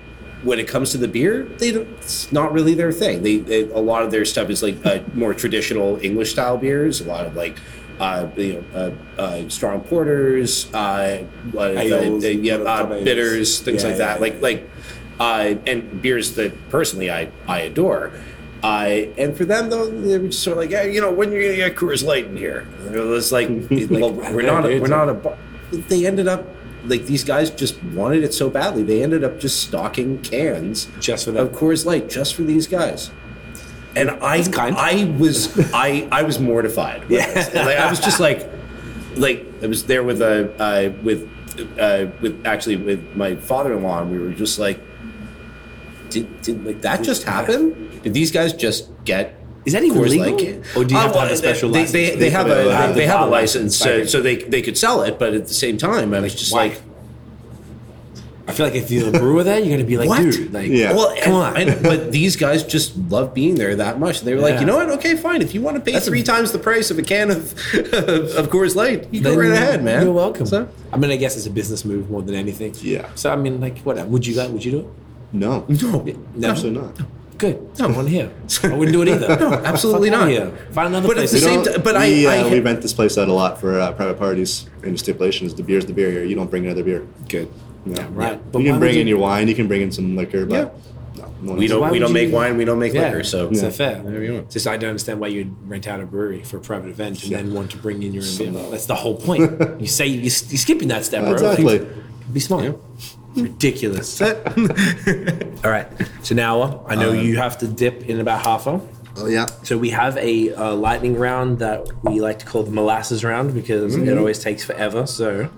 when it comes to the beer they don't it's not really their thing they, they a lot of their stuff is like uh, more traditional english style beers a lot of like uh, you know, uh, uh, strong porters, uh, what is that? Ales, Uh, yeah, little uh, companies. bitters, things Yeah, like yeah, that. yeah, like yeah. like uh, and beers that personally I I adore. I and for them though they were just sort of like hey, you know when you're gonna get Coors Light in here And it was like, well, we're not a, we're not a bar. they ended up like these guys just wanted it so badly they ended up just stocking cans Just for them. of Coors Light just for these guys and I kind. I was I I was mortified yeah like, I was just like like I was there with a uh, with uh, with actually with my father-in-law and we were just like did, did like that just happen? Did these guys just get? Is that even Coors legal? Light? Uh, Or do you have to have a special they, license? They, they, have a They have they, the they have a bottle license, so, license. so they they could sell it. But at the same time, I was just why? like, I feel like if you're a brewer there, you're gonna be like, What? dude, like, oh, Yeah. well, come on. and- and- but these guys just love being there that much. And they were like, Yeah. you know what? Okay, fine. If you want to pay three times the price of a can of of Coors Light, you go Then right ahead, man. You're welcome. So, I mean, I guess it's a business move more than anything. Yeah. So I mean, like, whatever. Would you guys? Would you do it? No, no, No. absolutely not. Good. No one here. I wouldn't do it either. no, absolutely not. Here. Find another But place. it's We the same don't. t- but I- we, I- uh, we rent this place out a lot for uh, private parties and stipulations. The beer's the beer here. You don't bring another beer. good. No. Right. But you why can bring would in you- your wine. You can bring in some liquor, but no, no one We else- don't why we would don't you make do that? wine. We don't make Yeah. liquor. So it's not fair. Whatever you want. Just I don't understand why you'd rent out a brewery for a private event and then want to bring in your own beer. That's the whole point. you say you, you're skipping that step, bro. Exactly. Be smart. Ridiculous. All right. So now uh, I know you have to dip in about half hour. Oh yeah. So we have a uh, lightning round that we like to call the molasses round because it always takes forever. So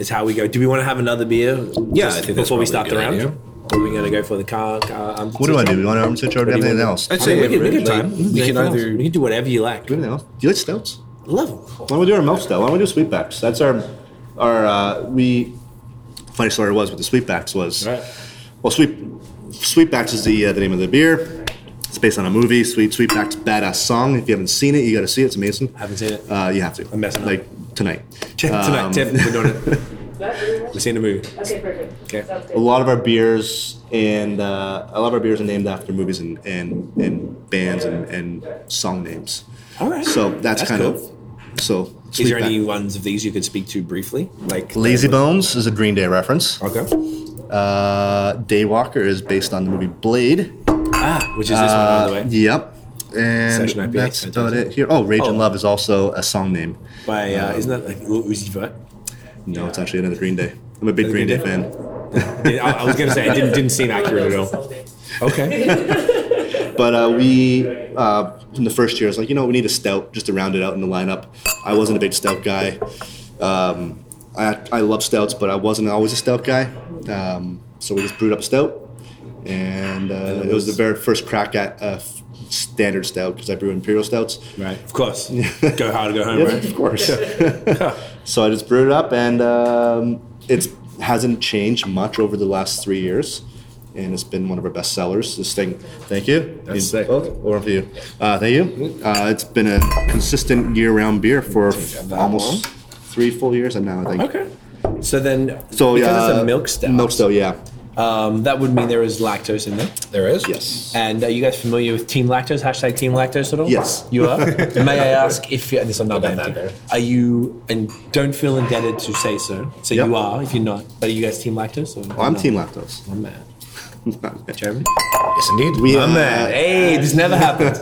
it's how we go. Do we want to have another beer? Yeah, just I think that's before we probably start a the good round, idea. are we going to go for the car? car um, What do I do? You want an arm switch or do you have do you anything want? else? I'd Do say we, can, we can like, time. We can either. we can do whatever you like. you have anything else? Do you like stouts? Level. Why don't we do our milk stout? Why don't we do sweetbacks? That's our our uh, we. Funny story was with the sweetbacks was Right. well sweet sweetbacks is the uh, the name of the beer. It's based on a movie, Sweet Sweetbacks Badass Song. If you haven't seen it, you got to see it. It's amazing. Haven't seen it. Uh, you have to. I'm messing up. like tonight. Tonight, Um, Tiff, we're doing it. We're seeing the movie. Okay, perfect. Okay. Sounds a good. lot of our beers and uh, a lot of our beers are named after movies and and, and bands and, and song names. All right. So that's, That's kind cool. of so. Is there Sweetback. any ones of these you could speak to briefly? Like Lazy Bones is a Green Day reference. Okay. Uh, Daywalker is based on the movie Blade. Ah, which is this Uh, one, by the way. Yep. And Session IPA, that's about fantastic. it here. Oh, Rage Oh. and Love is also a song name. By uh, isn't that like Lil Uzi Vert? No, it's actually another Green Day. I'm a big Green Day fan. I, I was gonna say it didn't didn't seem accurate at all. Okay. But uh, we, uh, in the first year, I was like, you know, we need a stout just to round it out in the lineup. I wasn't a big stout guy. Um, I, I love stouts, but I wasn't always a stout guy. Um, so we just brewed up a stout. And uh, it was the very first crack at a f- standard stout because I brew imperial stouts. Right. Of course. Go hard or go home, Yeah, of right? course. so I just brewed it up, and um, it hasn't changed much over the last three years, and it's been one of our best sellers. This thing, thank you. That's You sick. both, Or for you, uh, thank you. Uh, it's been a consistent year-round beer for almost three full years, and now I think. Okay. So then, So because yeah, it's a milk stout, Milk stout, yeah. um, that would mean there is lactose in there. There is. Yes. And are you guys familiar with Team Lactose? Hashtag Team Lactose at all? Yes. You are? May I ask if you're, and this I'm not Not bad. that bad. Are you, and don't feel indebted to say so. So Yep. you are, if you're not. But are you guys Team Lactose? Or Oh, I'm not? Team Lactose. I'm mad. Jeremy? Yes, indeed. We, uh, Hey, this never happened.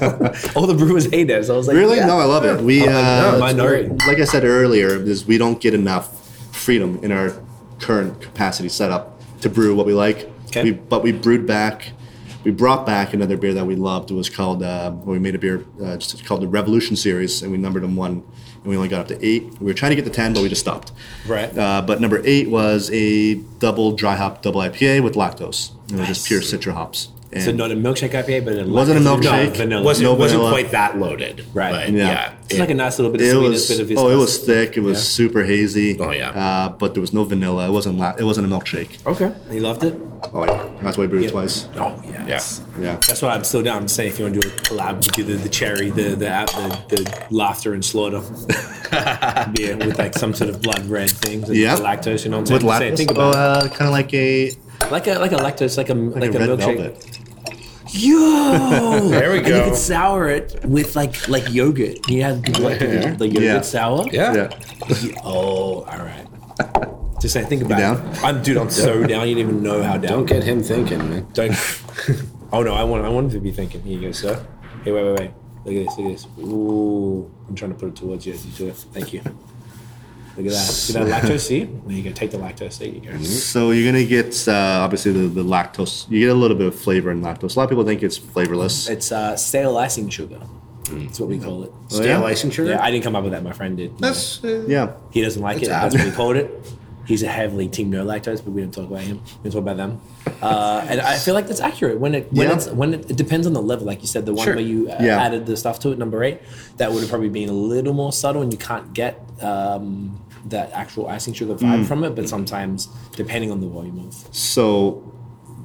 all the brewers hate us. I was like, Really? yeah. No, I love it. We uh, no, minority. like I said earlier, is we don't get enough freedom in our current capacity setup to brew what we like. Okay. We, but we brewed back. We brought back another beer that we loved. It was called. Uh, well, we made a beer uh, just called the Revolution Series, and we numbered them one, and we only got up to eight. We were trying to get to ten, but we just stopped. Right. Uh, but number eight was a double dry hop double IPA with lactose. And It was just pure citra hops. So And- not a milkshake IPA, but it Wasn't a milkshake. vanilla. wasn't No wasn't vanilla. quite that loaded, Right. But Yeah. yeah, It's like a nice little bit of It sweetness, was bit of oh, it viscosity. was thick. It was super hazy. Oh, yeah. Uh, but there was no vanilla. It wasn't. La- it wasn't a milkshake. Okay. You loved it? Oh yeah, that's why I brewed it twice. Oh, yeah. Yeah. That's why I'm still down. I'm saying if you want to do a collab, we do the, the cherry, the, the app- the the laughter and slaughter beer with like some sort of blood red things. and Yep. Lactose, you know what I'm With saying? I'm saying? lactose, Think oh, about uh, kind of like a it. Like a like a lactose, like a like, like, a, a, red milkshake. velvet. Yo, There we And go. you could sour it with like like yogurt. You have people like the, the yogurt Yeah. sour. yeah, Yeah. Mm-hmm. Oh, all right. Just saying, think about down? it. I'm dude. I'm so down. You don't even know how down. Don't get him thinking, man. Don't. oh no, I want. I wanted to be thinking. Here you go, sir. Hey, wait, wait, wait. Look at this. Look at this. Ooh, I'm trying to put it towards you as you do it. Thank you. Look at that. See that lactose? See? There you go. Take the lactose. There you go. So you're gonna get uh, obviously the, the lactose. You get a little bit of flavor in lactose. A lot of people think it's flavorless. It's uh, stale icing sugar. That's what we call it. Oh, yeah, yeah? licensure. Yeah, I didn't come up with that. My friend did. That's, uh, yeah. He doesn't like it. out. That's what we called it. He's a heavily team no lactose, but we don't talk about him. We don't talk about them. Uh, and I feel like that's accurate. When it when Yeah. it's when it, it depends on the level, like you said, the one Sure. where you uh, Yeah. added the stuff to it, number eight, that would have probably been a little more subtle, and you can't get um, that actual icing sugar vibe from it. But sometimes, depending on the volume of, So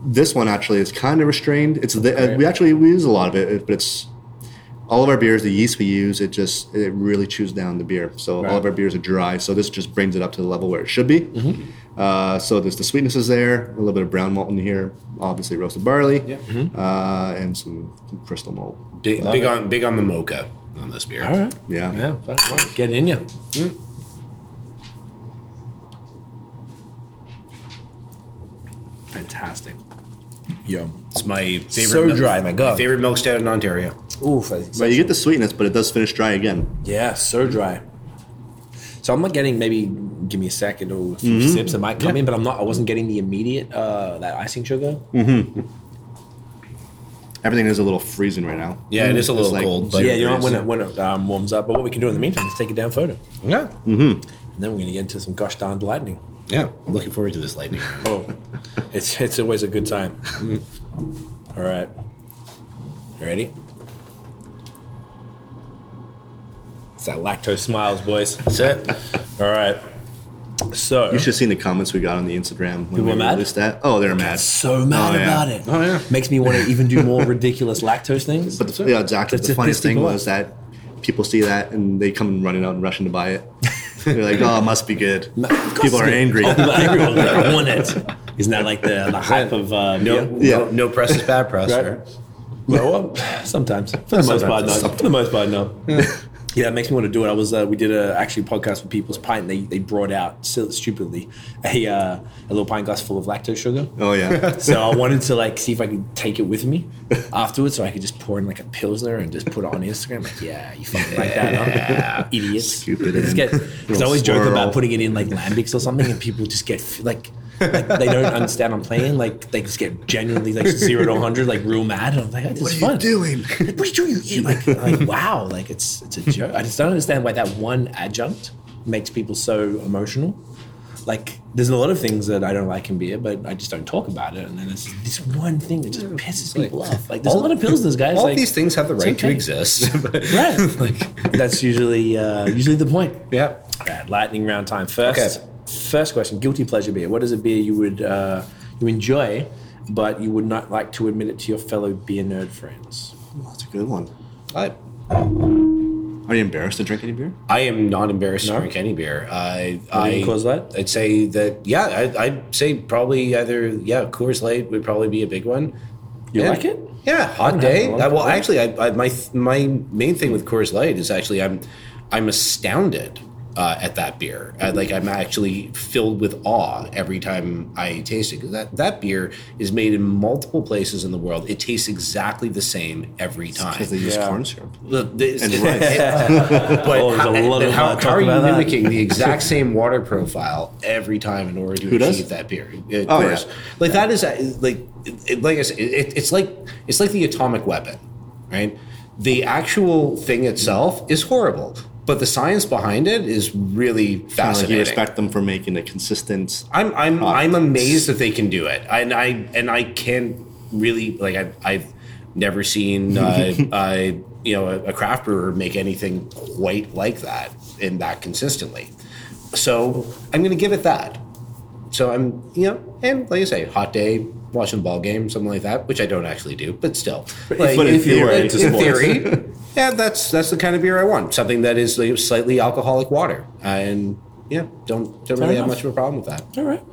this one actually is kind of restrained. It's the, uh, we actually we use a lot of it, but it's all of our beers. The yeast we use, it just it really chews down the beer. So all Right. of our beers are dry. So this just brings it up to the level where it should be. Mm-hmm. Uh, so there's the sweetness is there, a little bit of brown malt in here, obviously roasted barley, uh, Mm-hmm. and some crystal malt. big, big on big on the mocha on this beer. all right, Yeah. yeah, that's right. get in Mm. you. Fantastic. Yum. It's my favorite. So dry, my God. Favorite milk stout in Ontario. Oof. But you get the sweetness, but it does finish dry again. yeah, so dry. So I'm not getting maybe give me a second or a few sips. It might come in, but I'm not. I wasn't getting the immediate uh, that icing sugar. Everything is a little freezing right now. Yeah, it is a It's little like cold, So but yeah, you know what, when it when it um, warms up. But what we can do in the meantime is take a down photo, and yeah, then we're gonna get into some gosh darn lightning. yeah. I'm looking forward to this lightning. Oh, it's it's always a good time. Mm. All right, you ready? It's that lactose smiles, boys. That's it. All right. So You should have seen the comments we got on the Instagram when People we were mad? released that. Oh, they're mad. so mad Oh, yeah. about it. Oh, yeah. Makes me want to even do more ridiculous lactose things. But the, yeah, exactly. That's the a funniest pissed thing people was off. that people see that and they come running out and rushing to buy it. They're like, "Oh, it must be good." People are angry. People are angry when they want it. Isn't that like the, the hype of uh, No, beer? Yeah. no, no press is bad press. Right. Well, well, sometimes. For the most part, no. For the most part, no. Yeah, it makes me want to do it. I was uh, we did a actually a podcast with People's Pint. And they they brought out so stupidly a uh, a little pint glass full of lactose sugar. Oh yeah. So I wanted to like see if I could take it with me afterwards, so I could just pour in like a pilsner and just put it on Instagram. Like, yeah, you fucking like that, huh? idiots. Scoop it They just in. get because I always joke Little about swirl. putting it in like lambics or something, and people just get f- like, like they don't understand I'm playing. Like they just get genuinely like zero to hundred, like real mad. And I'm like, this what are is you fun. doing? Like, what are you doing? You like, like wow, like it's it's a joke. I just don't understand why that one adjunct makes people so emotional. Like, there's a lot of things that I don't like in beer, but I just don't talk about it. And then it's this one thing that just pisses people off. Like, there's a lot of pills, guys. All like, these things have the it's right to okay. exist. Right. That's usually uh, usually the point. yeah. Right, lightning round time. First, Okay. first question: guilty pleasure beer. What is a beer you would uh, you enjoy, but you would not like to admit it to your fellow beer nerd friends? That's Oh, a good one. I, Are you embarrassed to drink any beer? I am not embarrassed No? to drink any beer. I, Anything I cause that? I'd say that yeah. I, I'd say probably either yeah. Coors Light would probably be a big one. You Yeah. like it? Yeah, don't hot have day. a lot Uh, of well, actually, I, I, my my main thing with Coors Light is actually I'm I'm astounded uh, at that beer. Uh, like I'm actually filled with awe every time I taste it. 'Cause That that beer is made in multiple places in the world. It tastes exactly the same every time. Because they use Yeah. corn syrup. The- the- And rice. but Oh, there's how, a lot but of, how, uh, how talk are you about that. mimicking the exact same water profile every time in order to Who achieve does? that beer? Of Oh, yeah. course. Like that is uh, like it- it- like I said, it, it's like it's like the atomic weapon, right? The actual thing itself is horrible, but the science behind it is really Kind of like you fascinating. respect them for making a consistent. I'm I'm I'm amazed that they can do it, and I and I can really like I've, I've never seen uh, uh, you know a, a craft brewer make anything quite like that and that consistently. So I'm going to give it that. So I'm, you know, and like I say, hot day, watching the ball game, something like that, which I don't actually do, but still. Like, but in theory, in it's a sport. theory, yeah, that's that's the kind of beer I want. Something that is like, slightly alcoholic water, and yeah, don't don't really have enough. much of a problem with that. All right.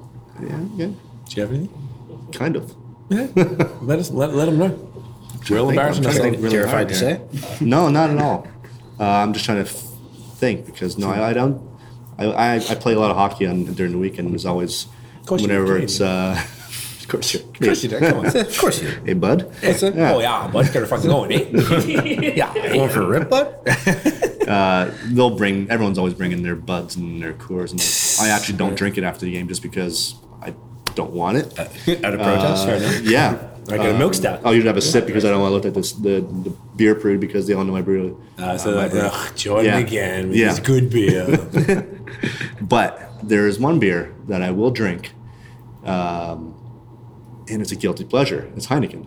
Yeah, yeah, Do you have anything? kind of. Let us let, let them know. Real embarrassing. I'm trying to us. think really Terrified to hard say. No, not at all. Uh, I'm just trying to f- think because no, I, I don't. I, I, I play a lot of hockey on during the weekend. There's always course you do, whenever Canadian. it's. Uh, of course, you're. Of Christian, come on. Of course you. Hey, bud. Oh yeah, but gotta fucking going, eh? yeah. Going for a rip, bud? They'll bring. Everyone's always bringing their buds and their Coors, and I actually don't drink it after the game just because I don't want it. Uh, Out of protest? Fair enough. yeah. I got a milk stout. I'll usually have a sip because I don't want to look at this the, the beer brew because they all know my brew. Uh, so like, ugh, Jordan Yeah. again with Yeah. his good beer. But there is one beer that I will drink, um, and it's a guilty pleasure. It's Heineken.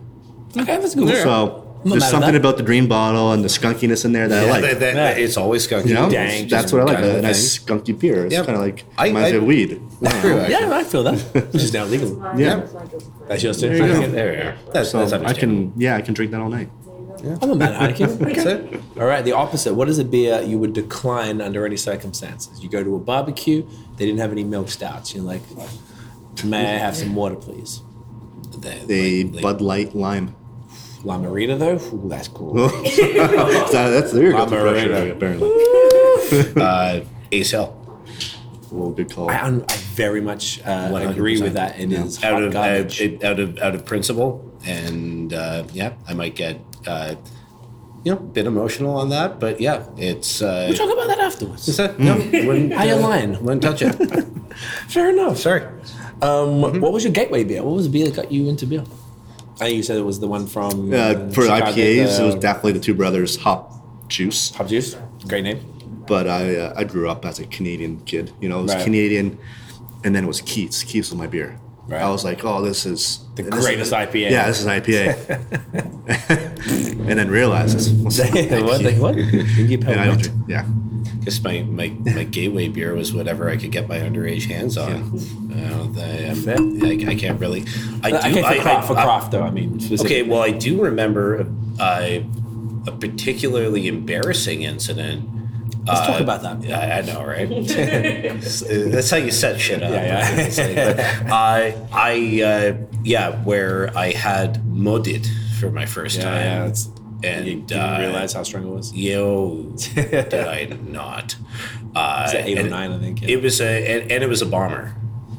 okay, that's good. I'm So not mad there's at something that. about the dream bottle and the skunkiness in there that I like. That- that- that- it's always skunky. you know, dank, that's just what I like. kind of A nice skunky beer. It's Yeah. kind of like I- reminds me I- of weed. yeah, I feel that, which is now legal. Yeah. That's yours too. you go. There we are. That's, So that's I can, yeah, I can drink that all night. I'm a man, Heineken. Okay. That's it. All right, the opposite. What is a beer you would decline under any circumstances? You go to a barbecue, they didn't have any milk stouts. You're like, may I have some water, please? The Bud Light Lime. La Marita, though? Ooh, that's cool. so that's there you go. I'm already- apparently. uh, Ace Hill. Well, good call. I, un- I very much uh, agree with that. It is Out Oh, hot of, garbage. out, it- out of out of principle. And uh, yeah, I might get uh, you know, a bit emotional on that, but yeah, it's uh we'll talk about that afterwards. it's that, no, Hmm. wouldn't, uh, How you lying? Wouldn't touch it. Fair enough. Sorry. Um, What was your gateway beer? What was the beer that got you into beer? I think you said it was the one from uh, for Chicago, IPAs, the it was definitely the Two Brothers Hop Juice. Hop Juice. Great name. But I, uh, I grew up as a Canadian kid. You know, it was Right. Canadian, and then it was Keats. Keats was my beer. Right. I was like, oh, this is The this is- greatest IPA. Yeah, this is IPA. and then realized this. Was what? Like, what? India And I Pale don't drink. Yeah. Guess my, my, my gateway beer was whatever I could get my underage hands on. I, don't, Fair. think- I, I can't really. I do. I okay, for I, craft, I- for I- craft though, I mean, Okay, uh, specifically. well, I do remember uh, a particularly embarrassing incident. let's talk about that. I, I know, right? That's how you set shit up. Yeah, yeah. It's like, but I, I, uh, yeah, where I had modit for my first time. it's, and you didn't uh, realize how strong it was. Yo, did I not? Uh, It's an eight or and nine, I think. yeah. It was a, and, and it was a bomber.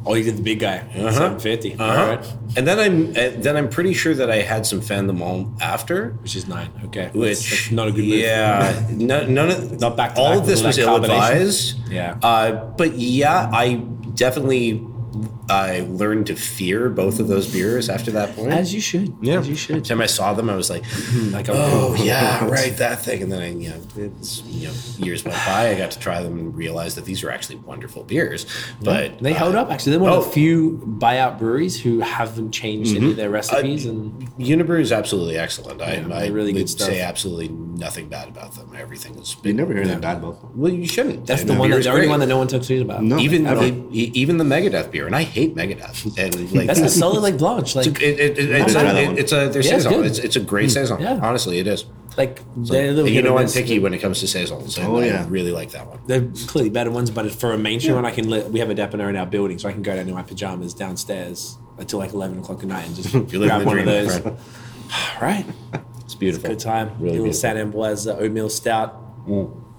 oh, you did the big guy, seven fifty. Uh-huh. right, And then I'm, uh, then I'm pretty sure that I had some Fandom after. which is nine. Okay, That's- which that's not a good move. Yeah, no, none of Not back to all back of this with was that ill combination. advised. Yeah. uh, but yeah, I definitely I learned to fear both of those beers after that point. as you should. yeah, as you Every should. time I saw them, I was like, Like, "Oh yeah, right, that thing." And then I, you know, it's, you know, years went by. I got to try them and realize that these are actually wonderful beers. But They uh, held up actually. They're one of oh. Mm-hmm. the few buyout breweries who haven't changed any of their recipes and Unibrew is absolutely excellent. Yeah, I, I they're really really good would stuff. say absolutely nothing bad about them. Everything is You never hear anything bad about them. well, you shouldn't. that's I the mean, one beer that's is the only great. one that no one talks shit about. No, even ever. the, e- even the Megadeth beer, and I hate Megadeth. And like That's a solid like blanche. Like it, it, it, it's, try that it- one. it's a their Yeah, it's saison. good. Hmm. It's, it's a great saison. yeah. Honestly, it is. like they're the And you know I'm what picky when it comes to saisons. And Oh, I yeah. really like that one. They're clearly better ones, but for a mainstream one, I can. Li- we have a depiner in our building, so I can go down in my pajamas downstairs until like eleven o'clock at night and just You're living grab the one of dream, those. friend. All right, It's beautiful. good time. Really little beautiful. San Amblas uh, oatmeal stout. Mm.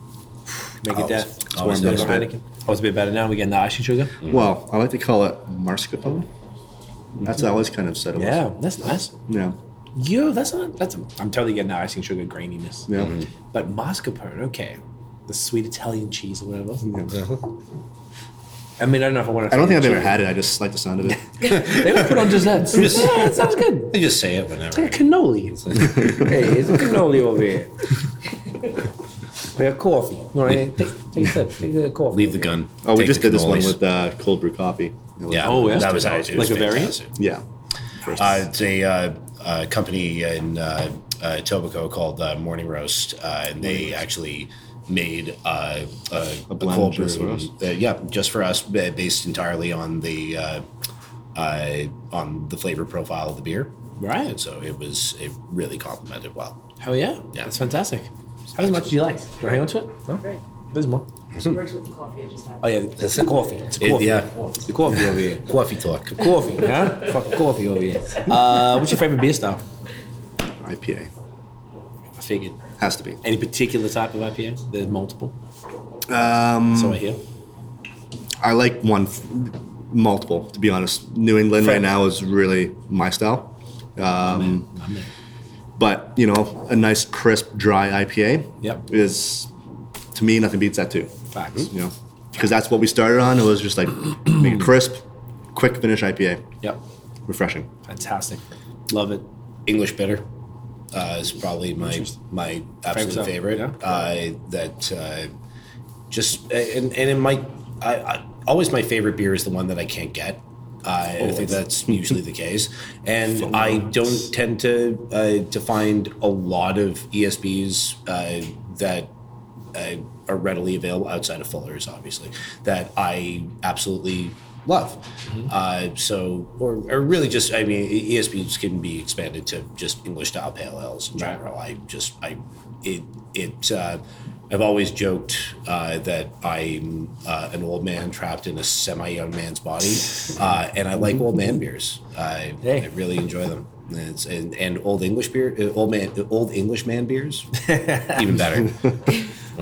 Make it Oh, Always- death. It's always warm beer nice, behind right? it. Oh, it's a bit better now. We're getting the icing sugar. Well, I like to call it marscapone. That's what I always kind of said it was. Mm-hmm. Yeah, that's nice. Yeah. Yo, that's not. That's. I'm totally getting the icing sugar graininess. Yeah. Mm-hmm. But mascarpone, okay. The sweet Italian cheese or whatever. I mean, I don't know if I want to. I don't think I've ever had it. I just like the sound of it. They would put on desserts. yeah, it sounds good. I just say it whenever. Cannoli. hey, it's a cannoli over here. We have coffee. All right, take, take, a sip, take a coffee. Leave the gun. Oh, we Take just the did this one cannolis. with uh, cold brew coffee. It was- oh, Yeah. Oh, yeah. That was how it Like was a variant? fantastic. Yeah. Uh, it's a uh, a company in uh, uh, Tobago called uh, Morning Roast, uh, and they actually made uh, a, a blend cold brew. just for us? Uh, yeah, just for us, ba- based entirely on the uh, uh, on the flavor profile of the beer. Right. And so it was it really complemented well. Hell yeah. Yeah. That's fantastic. How much do you like? Do I hang on to it? No? There's more. She works with the coffee. I just have. Oh, yeah. It's the coffee. It's the It- coffee. yeah. It's the coffee over here. Coffee talk. Coffee, huh? Fucking coffee over here. Uh, what's your favorite beer style? IPA I figured. has to be. Any particular type of IPA? There's multiple. Um, So I hear. I like one, f- multiple. To be honest, New England right now is really my style. Um, but you know, a nice crisp, dry IPA Yep. is to me nothing beats that too. Facts. You know, because that's what we started on. It was just like make it crisp, quick finish IPA, Yep. refreshing. Fantastic. Love it. English bitter uh, is probably my my absolute Favorite. favorite. Yeah. Uh, that uh, just and and in my I, I, always my favorite beer is the one that I can't get. Uh, I, Oh, I think that's usually the case, and I don't tend to uh, to find a lot of ESBs uh, that uh, are readily available outside of Fuller's, obviously, that I absolutely love. Uh, so, or, or really just, I mean, E- ESPs can be expanded to just English style pale ales in general. I just, I, it, it, uh, I've always joked uh, that I'm uh, an old man trapped in a semi-young man's body, uh, and I like old man beers. I, Hey. I really enjoy them. And It's, and, and old English beer, uh, old man, old English man beers, even better.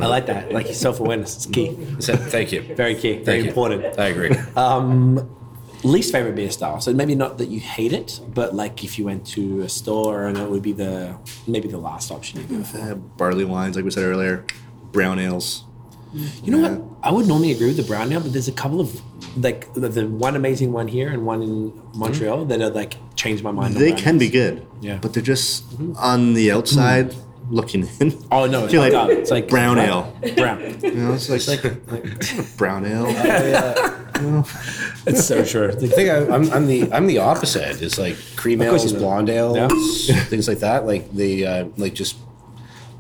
I like that. Like your self awareness. It's key. So, thank you. Very key. Very Thank you. important. I agree. Least favorite beer style. So maybe not that you hate it, but like if you went to a store and it would be the maybe the last option you go for. Uh, barley wines, like we said earlier, brown ales. You know what? I would normally agree with the brown now, but there's a couple of like the, the one amazing one here and one in Montreal that are like changed my mind. on Mm. They brown can be ales. good, Yeah. but they're just on the outside looking in. Oh no, it's Feel like, like it's like brown what? ale. Brown. You know, it's like, like brown ale. It's so true. I think I, I'm, I'm the I'm the opposite. It's like cream Of course ales, you do. blonde ales, things like that. Like the uh, like just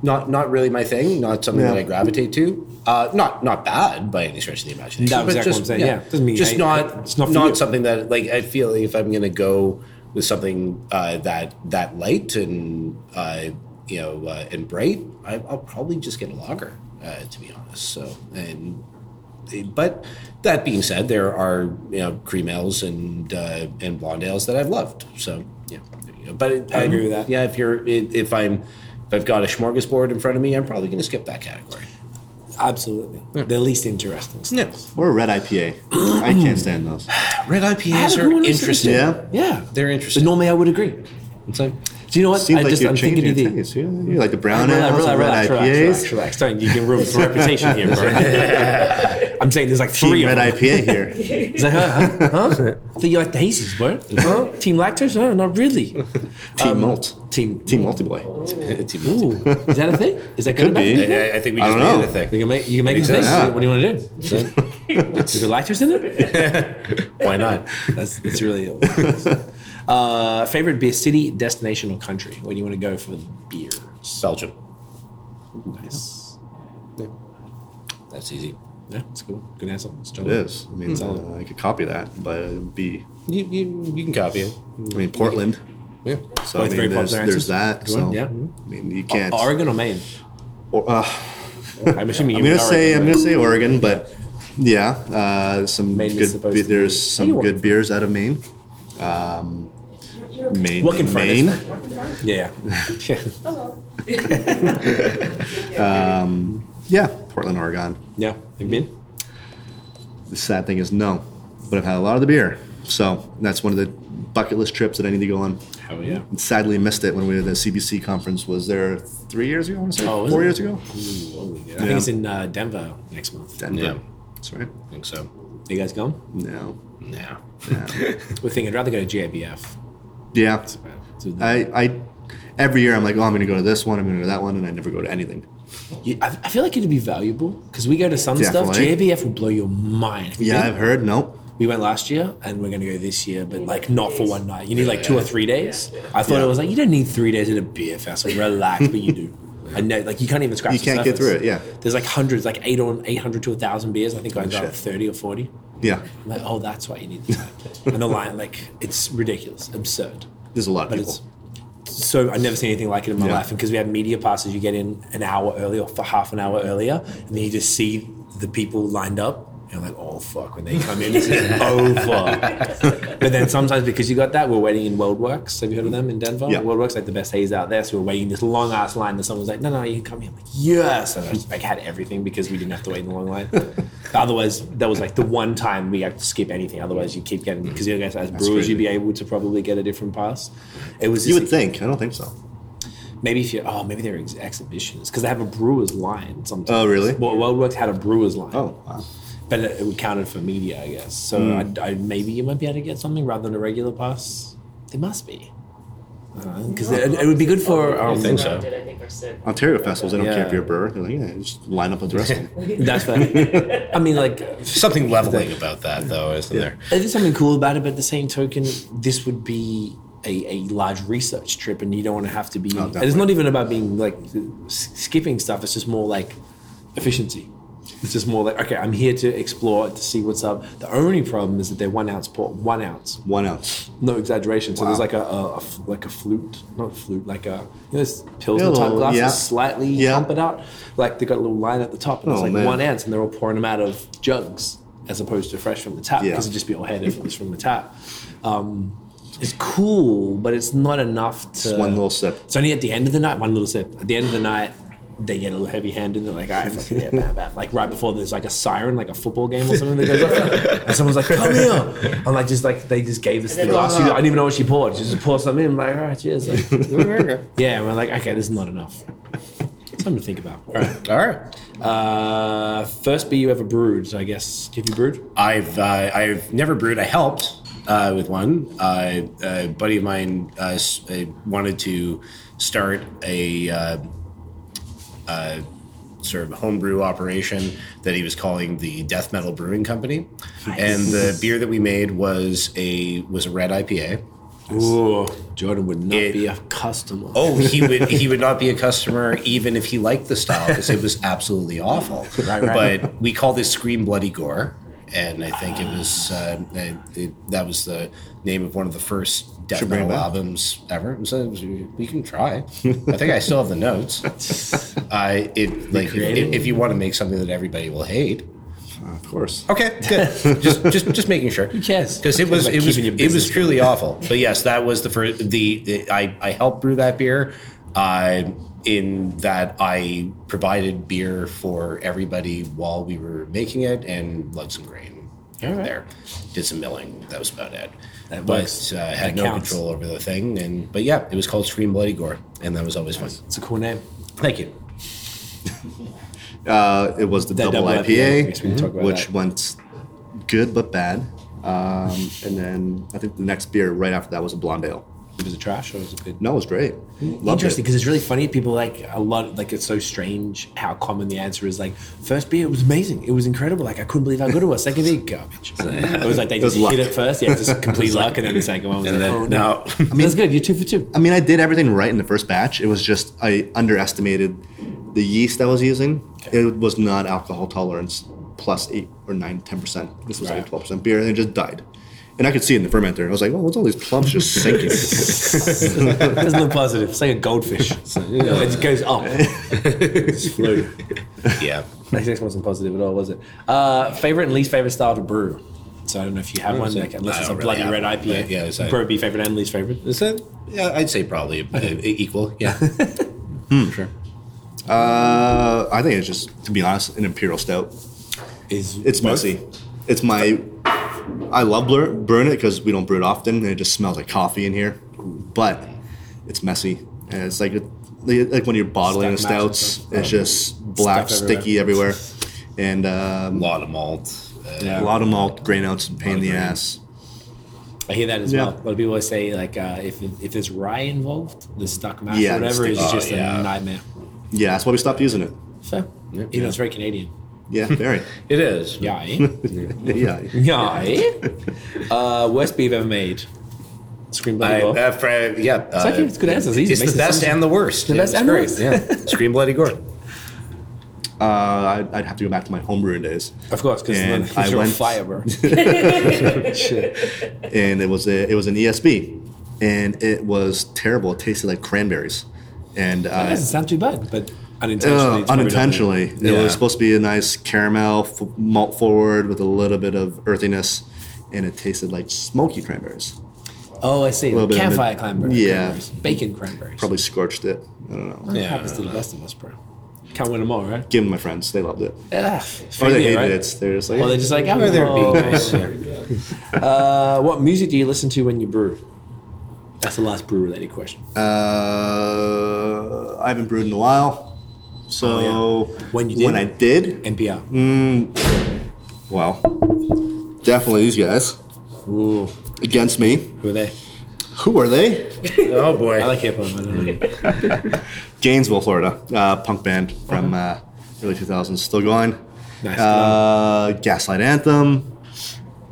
not not really my thing. Not something Yeah. that I gravitate to. Uh, not not bad by any stretch of the imagination. No, but exactly just, what I'm saying, yeah. Doesn't mean just I- not it's not not, for you. something that like I feel if I'm gonna go with something uh, that that light and uh, you know uh, and bright, I, I'll probably just get a lager. Uh, to be honest, so and but that being said, there are you know cream ales and uh, and blonde ales that I've loved. So yeah, there you go. but it, I agree I'm- with that. Yeah, if you're i- if I'm if I've got a smorgasbord in front of me, I'm probably going to skip that category. Absolutely. The least interesting. stuff. No, or a red IPA. I can't stand those. red had IPAs a are good one recently. interesting. Yeah. Yeah. They're So interesting. normally I would agree. It's like, Do you know what? Seems I like just you're I'm changing thinking your of the taste. Yeah, you like the brown Relax, ales, relax, and red relax, relax, IPAs. relax, relax. Starting you can ruin some reputation here, bro. I'm saying there's like three Team of red them. IPA here. Is that her? Huh? huh? I think you like the hazies, bro. Huh? Team lactose? No, not really. Um, Team malt. Team. Team multiboy. Ooh, is that a thing? Is that Could good be. Thing? I, I think we I just don't know. made it a You thing. can make you can make a thing. Exactly. What do you want to do? Is there lactose in it? Why not? That's that's really. Uh, favorite beer city, destination, or country? Where do you want to go for beer? Belgium. Nice. That's easy. Yeah, it's cool. Good answer. It's It is. I mean, hmm. uh, I could copy that, but it'd be. You, you, you can copy it. I mean, Portland. Yeah. So I Both very mean, there's, popular there's answers. that. Good one, So yeah. I mean, you can't. Oregon or Maine? or- uh, I'm assuming I'm you gonna mean say I'm Oregon, gonna say Oregon, but yeah, uh, some Maine is good. supposed Be- to be- there's Hey, some what- good beers out of Maine. Um, Maine, Looking for this Maine. but- Yeah. yeah. Yeah, Portland, Oregon. Yeah. Have you been? The sad thing is no, but I've had a lot of the beer, so that's one of the bucket list trips that I need to go on. Hell yeah. Sadly, missed it when we were at the CBC conference. Was there three years ago? I want to say Oh, four was it? years ago. I think it's in uh, Denver next month. Denver. Yeah. That's right. I think so. you guys going? No. Yeah. We're thinking I'd rather go to JBF. Yeah. So I, I every year I'm like, oh, I'm gonna go to this one, I'm gonna go to that one, and I never go to anything. you- I, I feel like it'd be valuable because we go to some stuff. Definitely. JBF will blow your mind. Have you Yeah, been? I've heard. Nope. We went last year and we're going to go this year, but like not for one night. You need like two or three days. I thought it was like, you don't need three days at a beer festival. Relax, but you do. I know, like you can't even scratch. You the can't get surface. through it, yeah. there's like hundreds, like eight on eight hundred to thousand beers. I think I got shit. thirty or forty. Yeah. I'm like, oh, that's why you need the time. and the line, like, it's ridiculous, absurd. There's a lot of But people. it's so I've never seen anything like it in my Yeah. life. And because we have media passes, you get in an hour early or for half an hour earlier, and then you just see the people lined up. You're like, oh fuck, when they come in, this is over. but then sometimes because you got that, we're waiting in WorldWorks. Have you heard of them in Denver? Yeah. WorldWorks like the best haze out there. So we're waiting this long ass line, and someone's like, no, no, you can come here. I'm like, yes, and I just, like had everything because we didn't have to wait in the long line. Otherwise, that was like the one time we had to skip anything. Otherwise, you keep getting because you guys as brewers, crazy. you'd be able to probably get a different pass. It was You just would think. I don't think so. Maybe if you oh maybe they're ex- exhibitions because they have a brewer's line sometimes. Oh, really? Well, WorldWorks had a brewer's line. Oh, Hmm. wow. but it, it counted for media, I guess. So I, I, maybe you might be able to get something rather than a regular pass. They must be because it, it would be good for. Um, think so. Did, I think, or Sid. Ontario festivals, they don't care Yeah. if you're a brewer. They're like, yeah, just line up with the rest of them. That's fair. I mean, like, Something leveling about that, though, isn't there? there's something cool about it, but at the same token, this would be a, a large research trip, and you don't want to have to be. and it's definitely. not even about being like s- skipping stuff. It's just more like efficiency. It's just more like okay, I'm here to explore to see what's up. The only problem is that they're one ounce port, one ounce, One ounce. no exaggeration. So there's like a, a- a f- like a flute, not a flute, like a you know those pilsner type Little, glasses, yeah. slightly Yeah. pump it out. Like they got a little line at the top, and it's Oh, like man. one ounce, and they're all pouring them out of jugs as opposed to fresh from the tap Yeah. because it'd just be all head if it was from the tap. Um, it's cool, but it's not enough to. Just one little sip. It's only at the end of the night, one little sip. At the end of the night, they get a little heavy handed. They're like, all right, fucking yeah, bam, bam. Like right before there's like a siren, like a football game or something that goes off. And someone's like, come here. I'm like, just like, they just gave us the And then- glass. I didn't even know what she poured. She just poured something in. I'm like, all right, cheers. Like, yeah, and we're like, okay, this is not enough. Something to think about. All right. All right. Uh, first beer you ever brewed, I guess. Have you brewed? I've uh, I've never brewed. I helped uh, with one. Uh, a buddy of mine uh, s- uh, wanted to start a uh, uh, sort of homebrew operation that he was calling the Death Metal Brewing Company, and the beer that we made was a was a red IPA. Ooh, Jordan would not It- be a customer. Oh, he would he would not be a customer even if he liked the style because it was absolutely awful. Right, right. But we called this "Scream Bloody Gore," and I think it was uh, it, it- that was the name of one of the first death Should bring it metal back. albums ever. So it was- we can try. I think I still have the notes. I it like if, creative. if, if you want to make something that everybody will hate. Of course. Okay, good. just just just making sure. cares? Because it was Like it was keeping your it was business truly awful. But yes, that was the first the, the I I helped brew that beer. Uh, in that I provided beer for everybody while we were making it and lugged some grain here and there. Did some milling. That was about it. That but works. uh, had That no counts. control over the thing. And but yeah, it was called Scream Bloody Gore, and that was always fun. It's a cool name. Thank you. Uh, it was the That double, double IPA, IPA, yes, we can talk about which that. went good but bad. Um, and then I think the next beer right after that was a blonde ale. Was it trash or was it good? No, it was great. Loved Interesting it. because it's really funny. People like a lot, like it's so strange how common the answer is. Like, first beer, it was amazing. It was incredible. Like, I couldn't believe how good it was. Second beer, garbage. It was like they was just hit luck. it first. Yeah, just complete luck. And then the second one was like, oh, no. I mean, that's good. You're two for two. I mean, I did everything right in the first batch. It was just I underestimated the yeast I was using. It was not alcohol tolerance plus eight or nine, ten percent. This was like Right. a twelve percent beer, and it just died. And I could see it in the fermenter. I was like, "Oh, what's all these clumps just sinking?" There's no positive. It's like a goldfish. So, you know, it just goes up. It's flew. Yeah. Next six wasn't positive at all, was it? Uh, favorite and least favorite style to brew. So I don't know if you have one, like, unless I it's a don't really bloody have red one, IPA. but yeah, it's like- probably be favorite and least favorite. Is that? Yeah, I'd say probably uh, equal. Yeah. Sure. uh, I think it's just, to be honest, an imperial stout. Is It's messy. It's my. I love blur, brewing it because we don't brew it often, and it just smells like coffee in here. But it's messy, and it's like like when you're bottling Stuff matches the stouts, it's just black, Stuff everywhere. sticky everywhere, and um, lot of malt. Uh, Yeah. a lot of malt, grain outs, and pain in the grain. ass. I hear that as Yeah. well. A lot of people always say like uh, if if there's rye involved, the stuck mash Yeah, or the whatever is stuck- just oh, yeah. a nightmare. Yeah, that's why we stopped using it. So you know it's very Canadian. Yeah, very. It is. Yeah. eh? yeah. Yeah. eh? Uh, worst beer you've ever made. Scream bloody I, gore. uh, fra- yeah. uh, actually- it's good answers. Easy. It's Makes the it best sound- and the worst. The Yeah, best it's and great. worst. Yeah. Scream bloody gore. Uh, I'd, I'd have to go back to my homebrewing days. Of course, because And then I you're on went- fire, bro. Shit. and it was a, it was an ESB, and it was terrible. It tasted like cranberries, and uh, Doesn't sound too bad, but uh, unintentionally. it's probably not unintentionally, it Yeah. was supposed to be a nice caramel f- malt forward with a little bit of earthiness, and it tasted like smoky cranberries. good. Oh, I see. little bit of Campfire mid- cranberry. Yeah. Cranberries. Bacon cranberries. Probably scorched it. I don't know. Yeah. Happens to the best of us, bro. Can't win them all, right? Give them my friends. They loved it. Yeah. Or they hated it. They're just like, Or they're just like, oh, they're being nice. uh, what music do you listen to when you brew? That's the last brew-related question. uh, I haven't brewed in a while. So Oh, When you when did. I did, NPR. Mm. well, definitely these guys Ooh, against me. who are they? Who are they? Oh boy. I like hip hop. I don't know. Gainesville, Florida, uh, punk band from uh, early 2000s, still going. Uh-huh. Nice. Uh, Gaslight Anthem,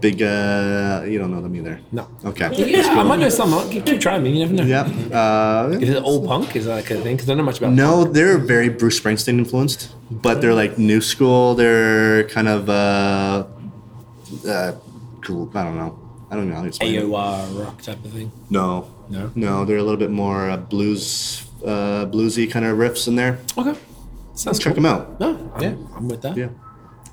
big. Uh, you don't know them either. No. Okay. Yeah, I might know some. I'll Keep, keep trying me. You never know. yeah. Uh, Is it old punk? Is that like a thing? Because I don't know much about. no, they're very Bruce Springsteen influenced, but they're like new school. They're kind of uh, uh, cool. I don't know. I don't know how to explain it. AOR rock type of thing. No. No? No, they're a little bit more uh, blues, uh, bluesy kind of riffs in there. Okay. Sounds Check cool. them out. No, I'm, I'm with that. Yeah.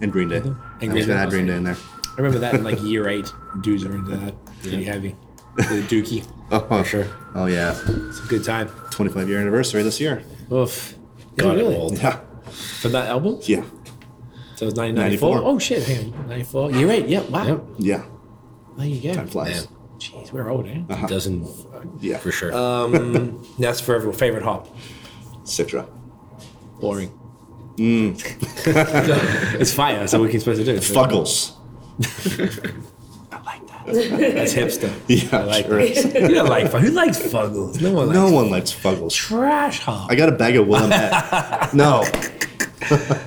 And Green Day. I Mm-hmm. Green was gonna Day. add Green Day in there. I remember that in like year eight. Dudes are into that. Pretty heavy. The Dookie. Oh, oh, sure. Oh yeah, It's a good time. 25 year anniversary this year. Oh, Oof. Yeah, God, really? I'm old. Yeah, For that album? yeah, So it was 1994. 94. Oh shit, hang on. 94. Year eight. Yeah. Wow. Yep. yeah. There you go. Time flies. Jeez, we're old, eh? It doesn't Yeah, for sure. Uh, That's forever. Favorite hop. Citra. Boring. it's fire. That's what we're supposed to do. Fuggles. I like that. That's hipster. Yeah, I like sure. is. that. You don't like Fuggles. Who likes Fuggles? No one likes No one likes Fuggles. trash hop. I got a bag of Willamette. no,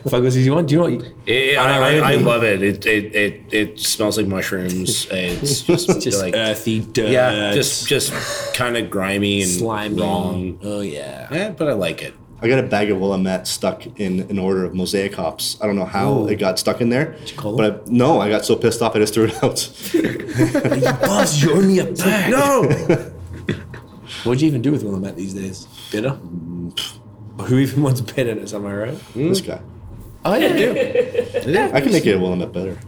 Fuggles is you want? Do you want? It- I, I- I- I I- love it. It, it. it it smells like mushrooms. It's just, Just like earthy dirt. yeah, just just kind of grimy and slimy. wrong. Oh yeah. Eh, but I like it. I got a bag of Willamette stuck in an order of mosaic hops. I don't know how it got stuck in there, call but I, no, I got so pissed off I just threw it out. Boss, you owe me a bag. No. What'd you even do with Willamette these days? Bitter. Who even wants bitterness? Am I right? This guy. Oh yeah, I do. I can make it a Willamette better.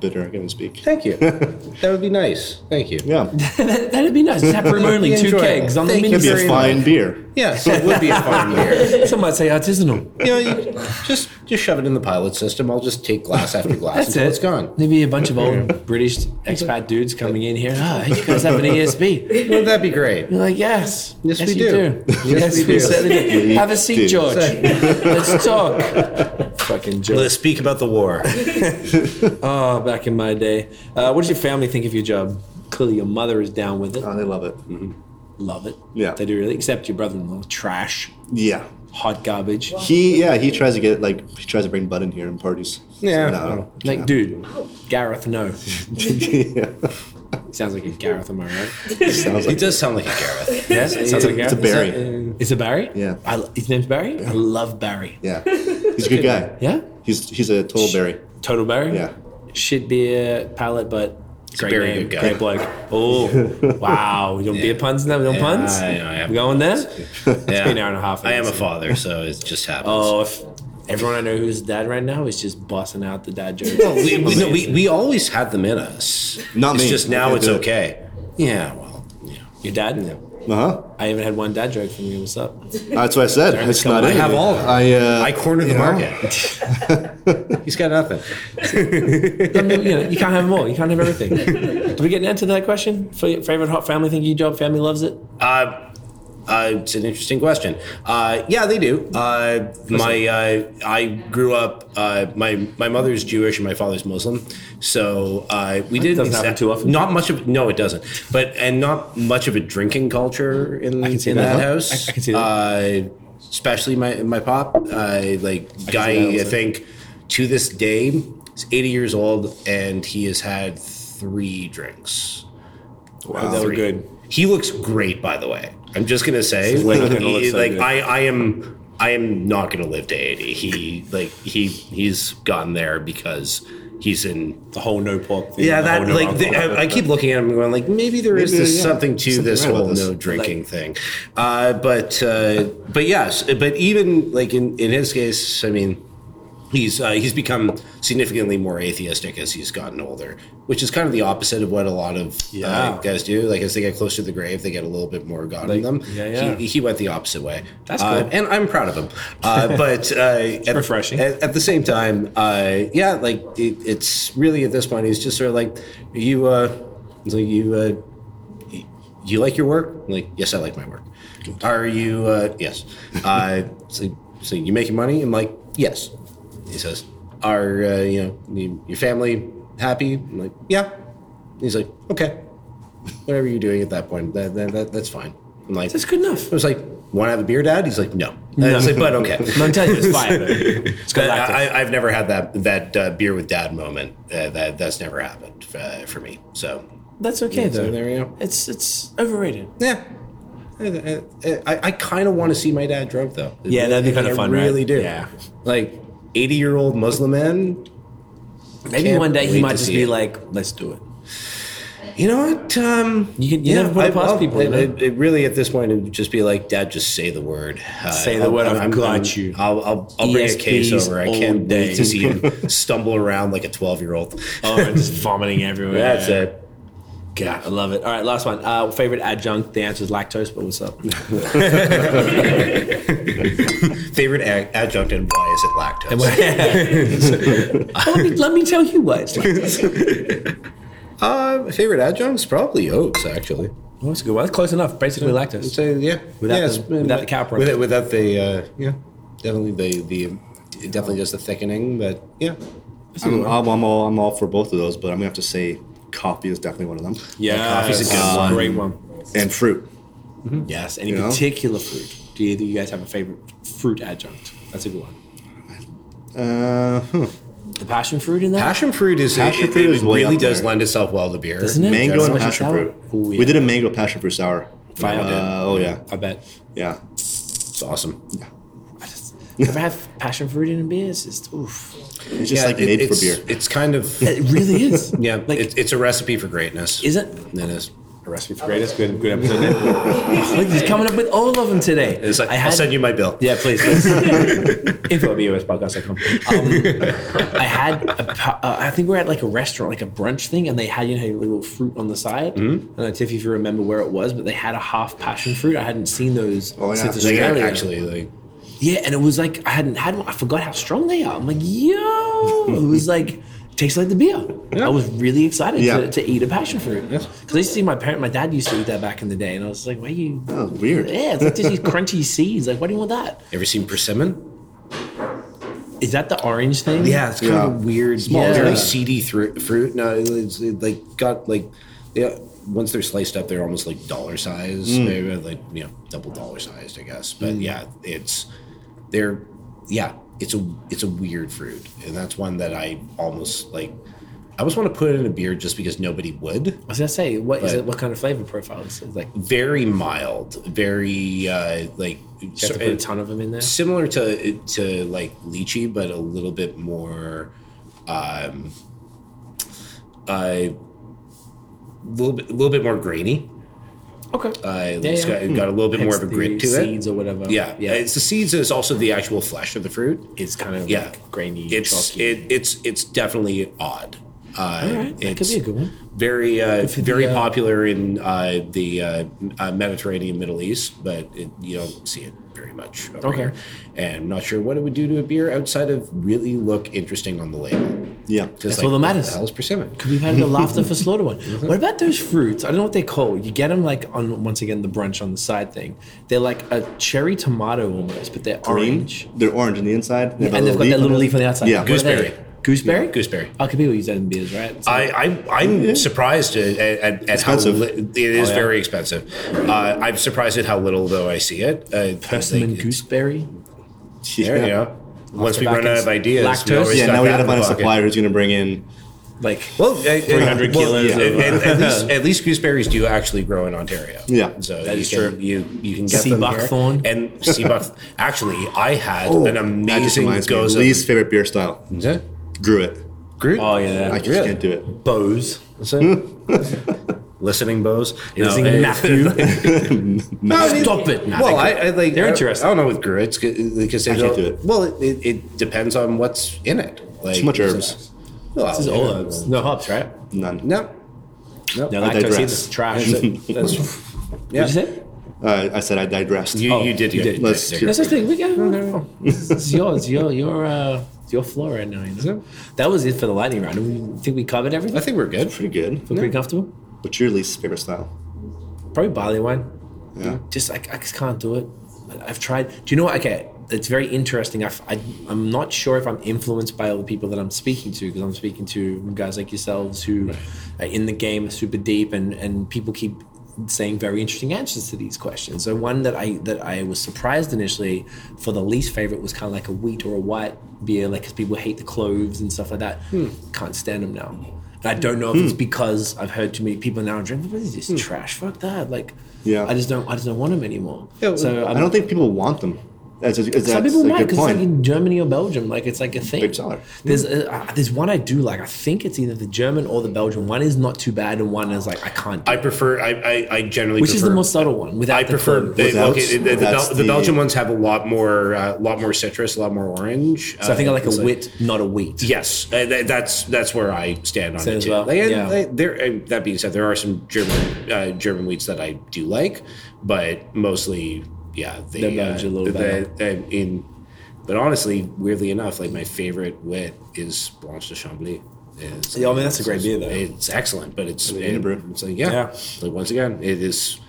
Bitter. I can even speak. Thank you. that would be nice. Thank you. Yeah, that, that'd be nice. Tap room only, Be two enjoyable. kegs on the Thank mini. it'd be a very fine beer. Yeah, so it would be a fun year. Some might say artisanal. You know, you just just shove it in the pilot system. I'll just take glass after glass That's until it. it's gone. Maybe a bunch of old British expat dudes coming in here. Ah, you guys have an ESB. Wouldn't that be great? You're like, yes. Yes, we you do. Yes, Yes, we, we do. certainly do. We Have a seat, do. George. Let's talk. Fucking George. speak about the war. Oh, back in my day. Uh, what does your family think of your job? Clearly, your mother is down with it. Oh, they love it. Mm-hmm. Love it. Yeah. They do really, except your brother in law. Trash. Yeah. Hot garbage. He yeah he tries to get like he tries to bring Bud in here in parties. Yeah. No. Oh. Like, dude, Gareth, no. yeah. Sounds like a Gareth, am I right? Sounds He like does sound like a Gareth. Yes, it sounds like it's a Gareth. Barry. It's a Barry? Yeah. I, his name's Barry? I love Barry. yeah. He's a good guy. Yeah? He's he's a total Barry. Total Barry? Yeah. Shit beer palate, but great very name, good guy. great bloke. Oh, wow. You don't beer puns now? You don't Yeah, puns? I know, I have we going there? It's Yeah. been an hour and a half. I am a father, so it just happens. Oh, if everyone I know who's dad right now is just busting out the dad jokes. Well, we, we, no, we, we always had them in us. Not it's me. just now I it's do. okay. Yeah, well, yeah. Your dad? Uh huh. I even had one dad joke from you. What's up? That's what I said. It's not I in have me. all of them. I uh, I cornered the you know, market. He's got nothing. I mean, you, know, you can't have them all. You can't have everything. Did we get an answer to that question? Fa- Favorite hot family thing you job? Family loves it? Uh, uh, it's an interesting question. Uh, yeah, they do. Uh, my uh, I grew up. Uh, my my mother's Jewish and my father's Muslim, so uh, we did doesn't happen too often. Not much of no, it doesn't. But and not much of a drinking culture in, can see in that. that, Uh-huh. house. I- I can see that. Uh, especially my my pop. Uh, like guy, that I also. think. to this day, he's 80 years old and he has had three drinks. Wow. Those are Three. good. He looks great, by the way. I'm just gonna say, like, Lincoln he- looks so like good. I, I am, I am not gonna live to 80. He, like, he, he's gotten there because he's in The whole no pork thing. yeah, the uh, that whole no like the, alcohol. I, I keep looking at him and going like maybe there is Maybe, this yeah, something to something this right about whole this. no drinking thing, uh, but uh, but yes, but even like in in his case, I mean. He's, uh, he's become significantly more atheistic as he's gotten older, which is kind of the opposite of what a lot of Yeah. uh, guys do. Like as they get closer to the grave, they get a little bit more God in them. yeah, yeah. He, he went the opposite way. That's Uh, cool. and I'm proud of him. Uh, but uh, at- refreshing. At, at the same time, uh, yeah, like it, it's really at this point, he's just sort of like, you, uh, it's like you, uh, y- you like your work? I'm like, yes, I like my work. Are you? Uh, yes. Uh, so, so you making money? I'm like, yes. He says, are uh, you know y- your family happy? I'm like, yeah. He's like, okay. Whatever you're doing at that point, that, that, that that's fine. I'm like, That's good enough. I was like, want to have a beer, Dad? He's like, no. And I was like, but okay. I'm telling you, it's fire. It's But galactic. I, I- I've never had that that uh, beer with dad moment. Uh, that that's never happened uh, for me. So That's okay though. so there we go. It's it's overrated. yeah, I, I, I kind of want to see my dad drunk though. Yeah, that'd be kinda I fun, right? Really do. Yeah. like eighty year old Muslim man. Maybe Can't one day wait he might to just see be it. like, let's do it. You know what? Um, You can- you never put it past well, people, you It, know? it- it really at this point it would just be like, Dad, just say the word. Uh, Say the word, I've got you. E I'll, I'll, I'll bring a case ESPs over. I all can't day. wait to see him stumble around like a twelve year old. Oh, and just vomiting everywhere. That's it. God, I love it. All right, last one. Uh, favorite adjunct? The answer is lactose, but what's up? Favorite ad- adjunct and why is it lactose? let, me, let me tell you why it's lactose. Uh, my favorite adjuncts probably oats actually. Well, that's a good one. That's close enough. Basically I'd lactose. say yeah, Without yeah, the- it's- without the cow product. Without, without the uh, yeah, definitely the the definitely just the thickening, but yeah. I'm, I'm, I'm all I'm all for both of those, but I'm gonna have to say coffee is definitely one of them. Yeah, coffee's a good uh, one. Great one. And fruit. Yes. Any You know? particular fruit? Do you, do you guys have a favorite fruit adjunct? That's a good one. Uh, huh. The passion fruit in that? Passion fruit is Passion it, fruit it is way really up does there. lend itself well to beer. Doesn't it? Mango That's and like a passion sour? fruit. Ooh, yeah. We did a mango passion fruit sour. Fire did. Uh, oh yeah, I bet. yeah. It's awesome. I just never have passion fruit in a beer. It's just oof. It's just like it- made for it's, beer. It's kind of It really is. yeah. Like it's, it's a recipe for greatness. is it? It is. A recipe for greatest good good episode. Look, he's coming up with all of them today. It's like I will send you my bill. Yeah, please. please. Info at bospodcast.com. Um, I had, a, pa- uh, I think we were at like a restaurant, like a brunch thing, and they had, you know, a little fruit on the side. I don't know Tiff, if you remember where it was, but they had a half passion fruit. I hadn't seen those Oh, yeah. since They Australia. Actually, like Yeah, and it was like I hadn't had one. I forgot how strong they are. I'm like, yo, it was like tastes like the beer. I was really excited Yeah. to, to eat a passion fruit because I used to see my parent, my dad used to eat that back in the day, and I was like, why you? Oh, weird. Yeah, it's like just these crunchy seeds. Like, why do you want that? ever seen persimmon? Is that the orange thing? Yeah, it's kind Yeah. of a weird, Small, yeah. very yeah. seedy thru- fruit. No, it's it, like got like yeah. Once they're sliced up, they're almost like dollar size, Mm. maybe like you know double dollar sized, I guess. But yeah, it's they're yeah, it's a it's a weird fruit, and that's one that I almost like. I always want to put it in a beer just because nobody would. I was gonna say, what is But- it? What kind of flavor profile is it? Like, you Very mild, very uh, like have to so- put a ton of them in there. similar to to like lychee, but a little bit more, um, uh, a little bit, little bit more grainy. Okay. Uh, Yeah, it's yeah. got, it got a little bit more Hence of a the grit to seeds it. or whatever. Yeah, yeah. yeah. It's the seeds is also the actual flesh of the fruit. it's kind of Yeah, like grainy, It's chalky. it, it's it's definitely odd. Uh, All right, that could it's be a good one. very uh, for the, very uh, popular in uh, the uh, uh, Mediterranean, Middle East, but it, you don't see it very much. Over Okay. Here. And I'm not sure what it would do to a beer outside of really look interesting on the label. Yeah. Just That's all that matters. What the hell is persimmon? We've had the laughter for slaughter one. Mm-hmm. What about those fruits? I don't know what they call. You get them like on once again the brunch on the side thing. They're like a cherry tomato almost, but they're orange. They're orange on the inside. They have a And they've got that little leaf on the outside. Yeah. What are they? Gooseberry. Gooseberry? Yeah, gooseberry. Oh, could people use that in beers, right? It's like- I, I I'm surprised at, at, at how Expensive. li- it is Oh, yeah. very expensive. Uh, I'm surprised at how little though I see it. Uh, persimmon like, gooseberry. There Yeah. you go. once we run out of ideas, Lactose? always Yeah, Yeah, got now we that got to in the find a bucket. supplier who's going to bring in. Like, Well, 300 kilos At, of, at- at least, at least gooseberries do actually grow in Ontario. Yeah. so That you is can- true. You you can get Sea them here. buckthorn. and sea buck. Actually, I had an Oh, That just amazing reminds me, Oh, goes. Lee's favorite beer style, Is it? Gruit. Groot? oh yeah, I just can't do it. Bose. Is it? Listening bows. Using eh, Matthew. No, I mean- Stop it, Matt. Well, I, I like. They're I- interesting. I don't know with grits because I can't do it. Well, it, it, it depends on what's in it. Like Too much so- herbs. Well, This is all herbs. No hops, right? None. No, No, I lactose. digress. This is trash. That's, Yeah. What'd you say? Uh, I said I digressed. You, Oh, you did. You did. Let's- That's the thing. We got It's yours. Your your uh, it's your floor right now. You know? That was it for the lightning round. Do we think we covered I everything. think we're good. Pretty good. We're pretty comfortable. What's your least favorite style? Probably barley wine. Yeah. Just I, I just can't do it. I- I've tried. Do you know what? Okay, it's very interesting. I, am not sure if I'm influenced by all the people that I'm speaking to because I'm speaking to guys like yourselves who are in the game, are super deep, and and people keep saying very interesting answers to these questions. So one that I that I was surprised initially for the least favorite was kind of like a wheat or a white beer, like because people hate the cloves and stuff like that. Can't stand them now. And I don't know if it's because I've heard too many people now drink. What is this trash? Fuck that! Like, Yeah. I just don't. I just don't want them anymore. um, so I don't think people want them. That's a, that's some a people might good because it's like point. in Germany or Belgium, like it's like a thing. Big seller. There's uh, uh, there's one I do like. I think it's either the German or the Belgian. One is not too bad, and one is like I can't. Do I it. prefer. I I, I generally. Which prefer, is the most subtle one? Without I the prefer clove. they- Without- okay, the, the, that's Bel- the the- Belgian ones have a lot more, a lot more citrus, a lot more orange. so I think I Uh, like a it's wit, not a wheat. Yes, uh, th- that's that's where I stand on Same it as too. well, Like, and, yeah. like, there, and that being said, there are some German uh, German wheats that I do like, but mostly, yeah, they, They're managed a little better. they- they- in, but honestly, weirdly enough, like my favorite wit is Blanche de Chambly. It's- Yeah, I mean, that's a great beer, though. It's excellent, but it's mean, it, brew. it's like yeah, Yeah. like once again, it is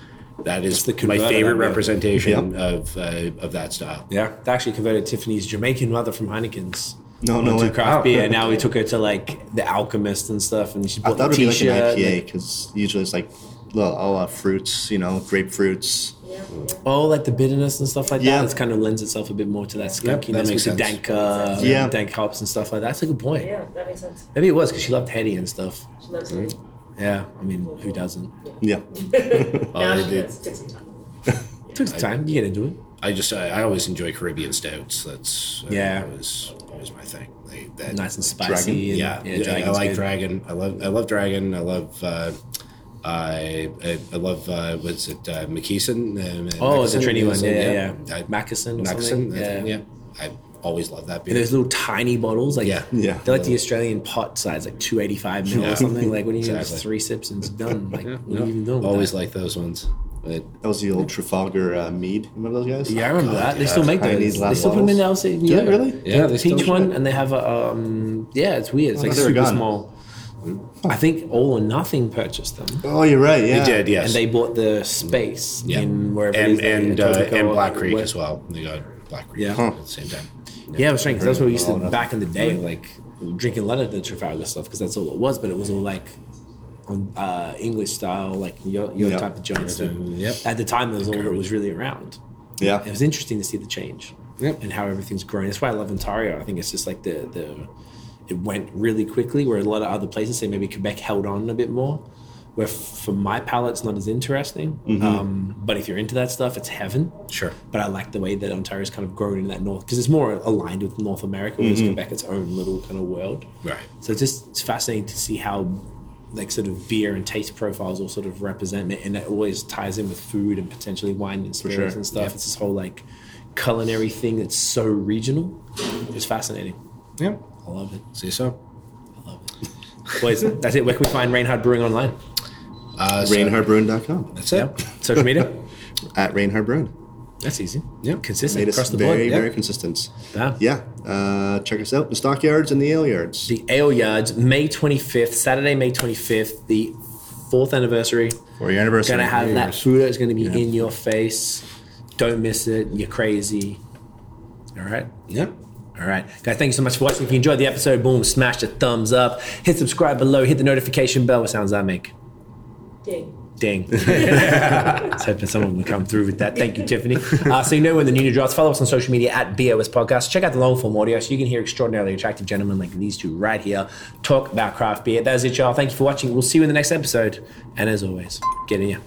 that is the my converter, that favorite beer. representation of uh, of that style. Yeah, they actually converted Tiffany's Jamaican mother from Heineken's. No, no to way. craft Wow. beer. And now we took her to like the Alchemist and stuff, and she I bought thought it the would be t-shirt. like an and- IPA because usually it's like well, all uh, fruits, you know, grapefruits. Oh, like the bitterness and stuff like Yeah. that. It kind of lends itself a bit more to that skunkiness that with makes the sense. dank, uh, Yeah. dank hops and stuff like that. That's a good point. Yeah, that makes sense. Maybe it was because she loved Hetty and stuff. She loves me. Yeah, I mean, who doesn't? Yeah, Now I she did. does. Takes some time. It took some time. You get into it. I just I, I always enjoy Caribbean stouts. That's uh, Yeah. that was always my thing. Like, that, Nice and Dragon? spicy. and- uh, yeah, yeah, I Dragon's like good. dragon. I love I love dragon. I love uh, I I, I love uh, what's it uh, McKesson? Uh, Oh, Mackeson? the Trinity one. Is Yeah, it- yeah, yeah. I- Mackeson. or something. Mackeson. I Yeah. think, yeah. I always love that And beer. those little tiny bottles, like Yeah. Yeah. they're like the Australian pot size, like two eighty five mil Yeah. or something. Like when you have Exactly. three sips and it's done, like what No, are you even doing? with always that? like those ones. But that was the old Trafalgar uh, mead. Remember those guys? Yeah, I remember that. They still make Tiny those. glass They still put them in the LC. Do they really? Yeah, Yeah, the they still peach do. one, and they have a um, yeah, it's weird. It's like thought they were super gone. small. I think All or Nothing purchased them, Oh, you're right. Yeah, they did, yes. and they bought the space yeah. in wherever and it is. and like, uh, Etobicoke and Black or Creek where- as well. They got Black Creek Yeah. Huh. at the same time. Yeah, I was trying because that's what we used to All or back in the day, like drinking a lot of the Trafalgar stuff because that's all it was. But it was all like on uh, English style, like your, your Yeah. type of joints. and Yep. At the time, it was all that was really around. it Yeah, was interesting to see the change and how everything's grown. That's why I love Ontario. I think it's just like the the it went really quickly. Where a lot of other places, say maybe Quebec, held on a bit more. Where f- for my palate, it's not as interesting. Um, but if you're into that stuff, it's heaven. Sure. But I like the way that Ontario's kind of grown into that north because it's more aligned with North America, whereas Quebec its own little kind of world. Right. So it's just it's fascinating to see how like sort of beer and taste profiles all sort of represent it, and it always ties in with food and potentially wine and spirits sure. and stuff. It's this whole like culinary thing that's so regional. It's fascinating. Yeah. I love it. See so. Boys, that's it. Where can we find Reinhard Brewing online? Uh, so rainhardbrewing.com That's it. Social media. at Rainhard Brewing. That's easy. Yeah. consistent Made us across the very, board. very consistent. Yeah. Yeah, uh, check us out. The stockyards and the ale yards. The Ale Yards, May 25th, Saturday, May 25th, the fourth anniversary. For your anniversary. Gonna have that food that's gonna be in your face. Don't miss it. You're crazy. All right. Yeah. All right, guys, thank you so much for watching. If you enjoyed the episode, boom, smash the thumbs up, hit subscribe below, hit the notification bell. What sounds that make? Ding. Ding. I was hoping someone would come through with that. Thank you, Tiffany. Uh, so you know when the new new drops. Follow us on social media at BOS Podcast. Check out the long form audio so you can hear extraordinarily attractive gentlemen like these two right here talk about craft beer. That is it, y'all. Thank you for watching. We'll see you in the next episode. And as always, get in here.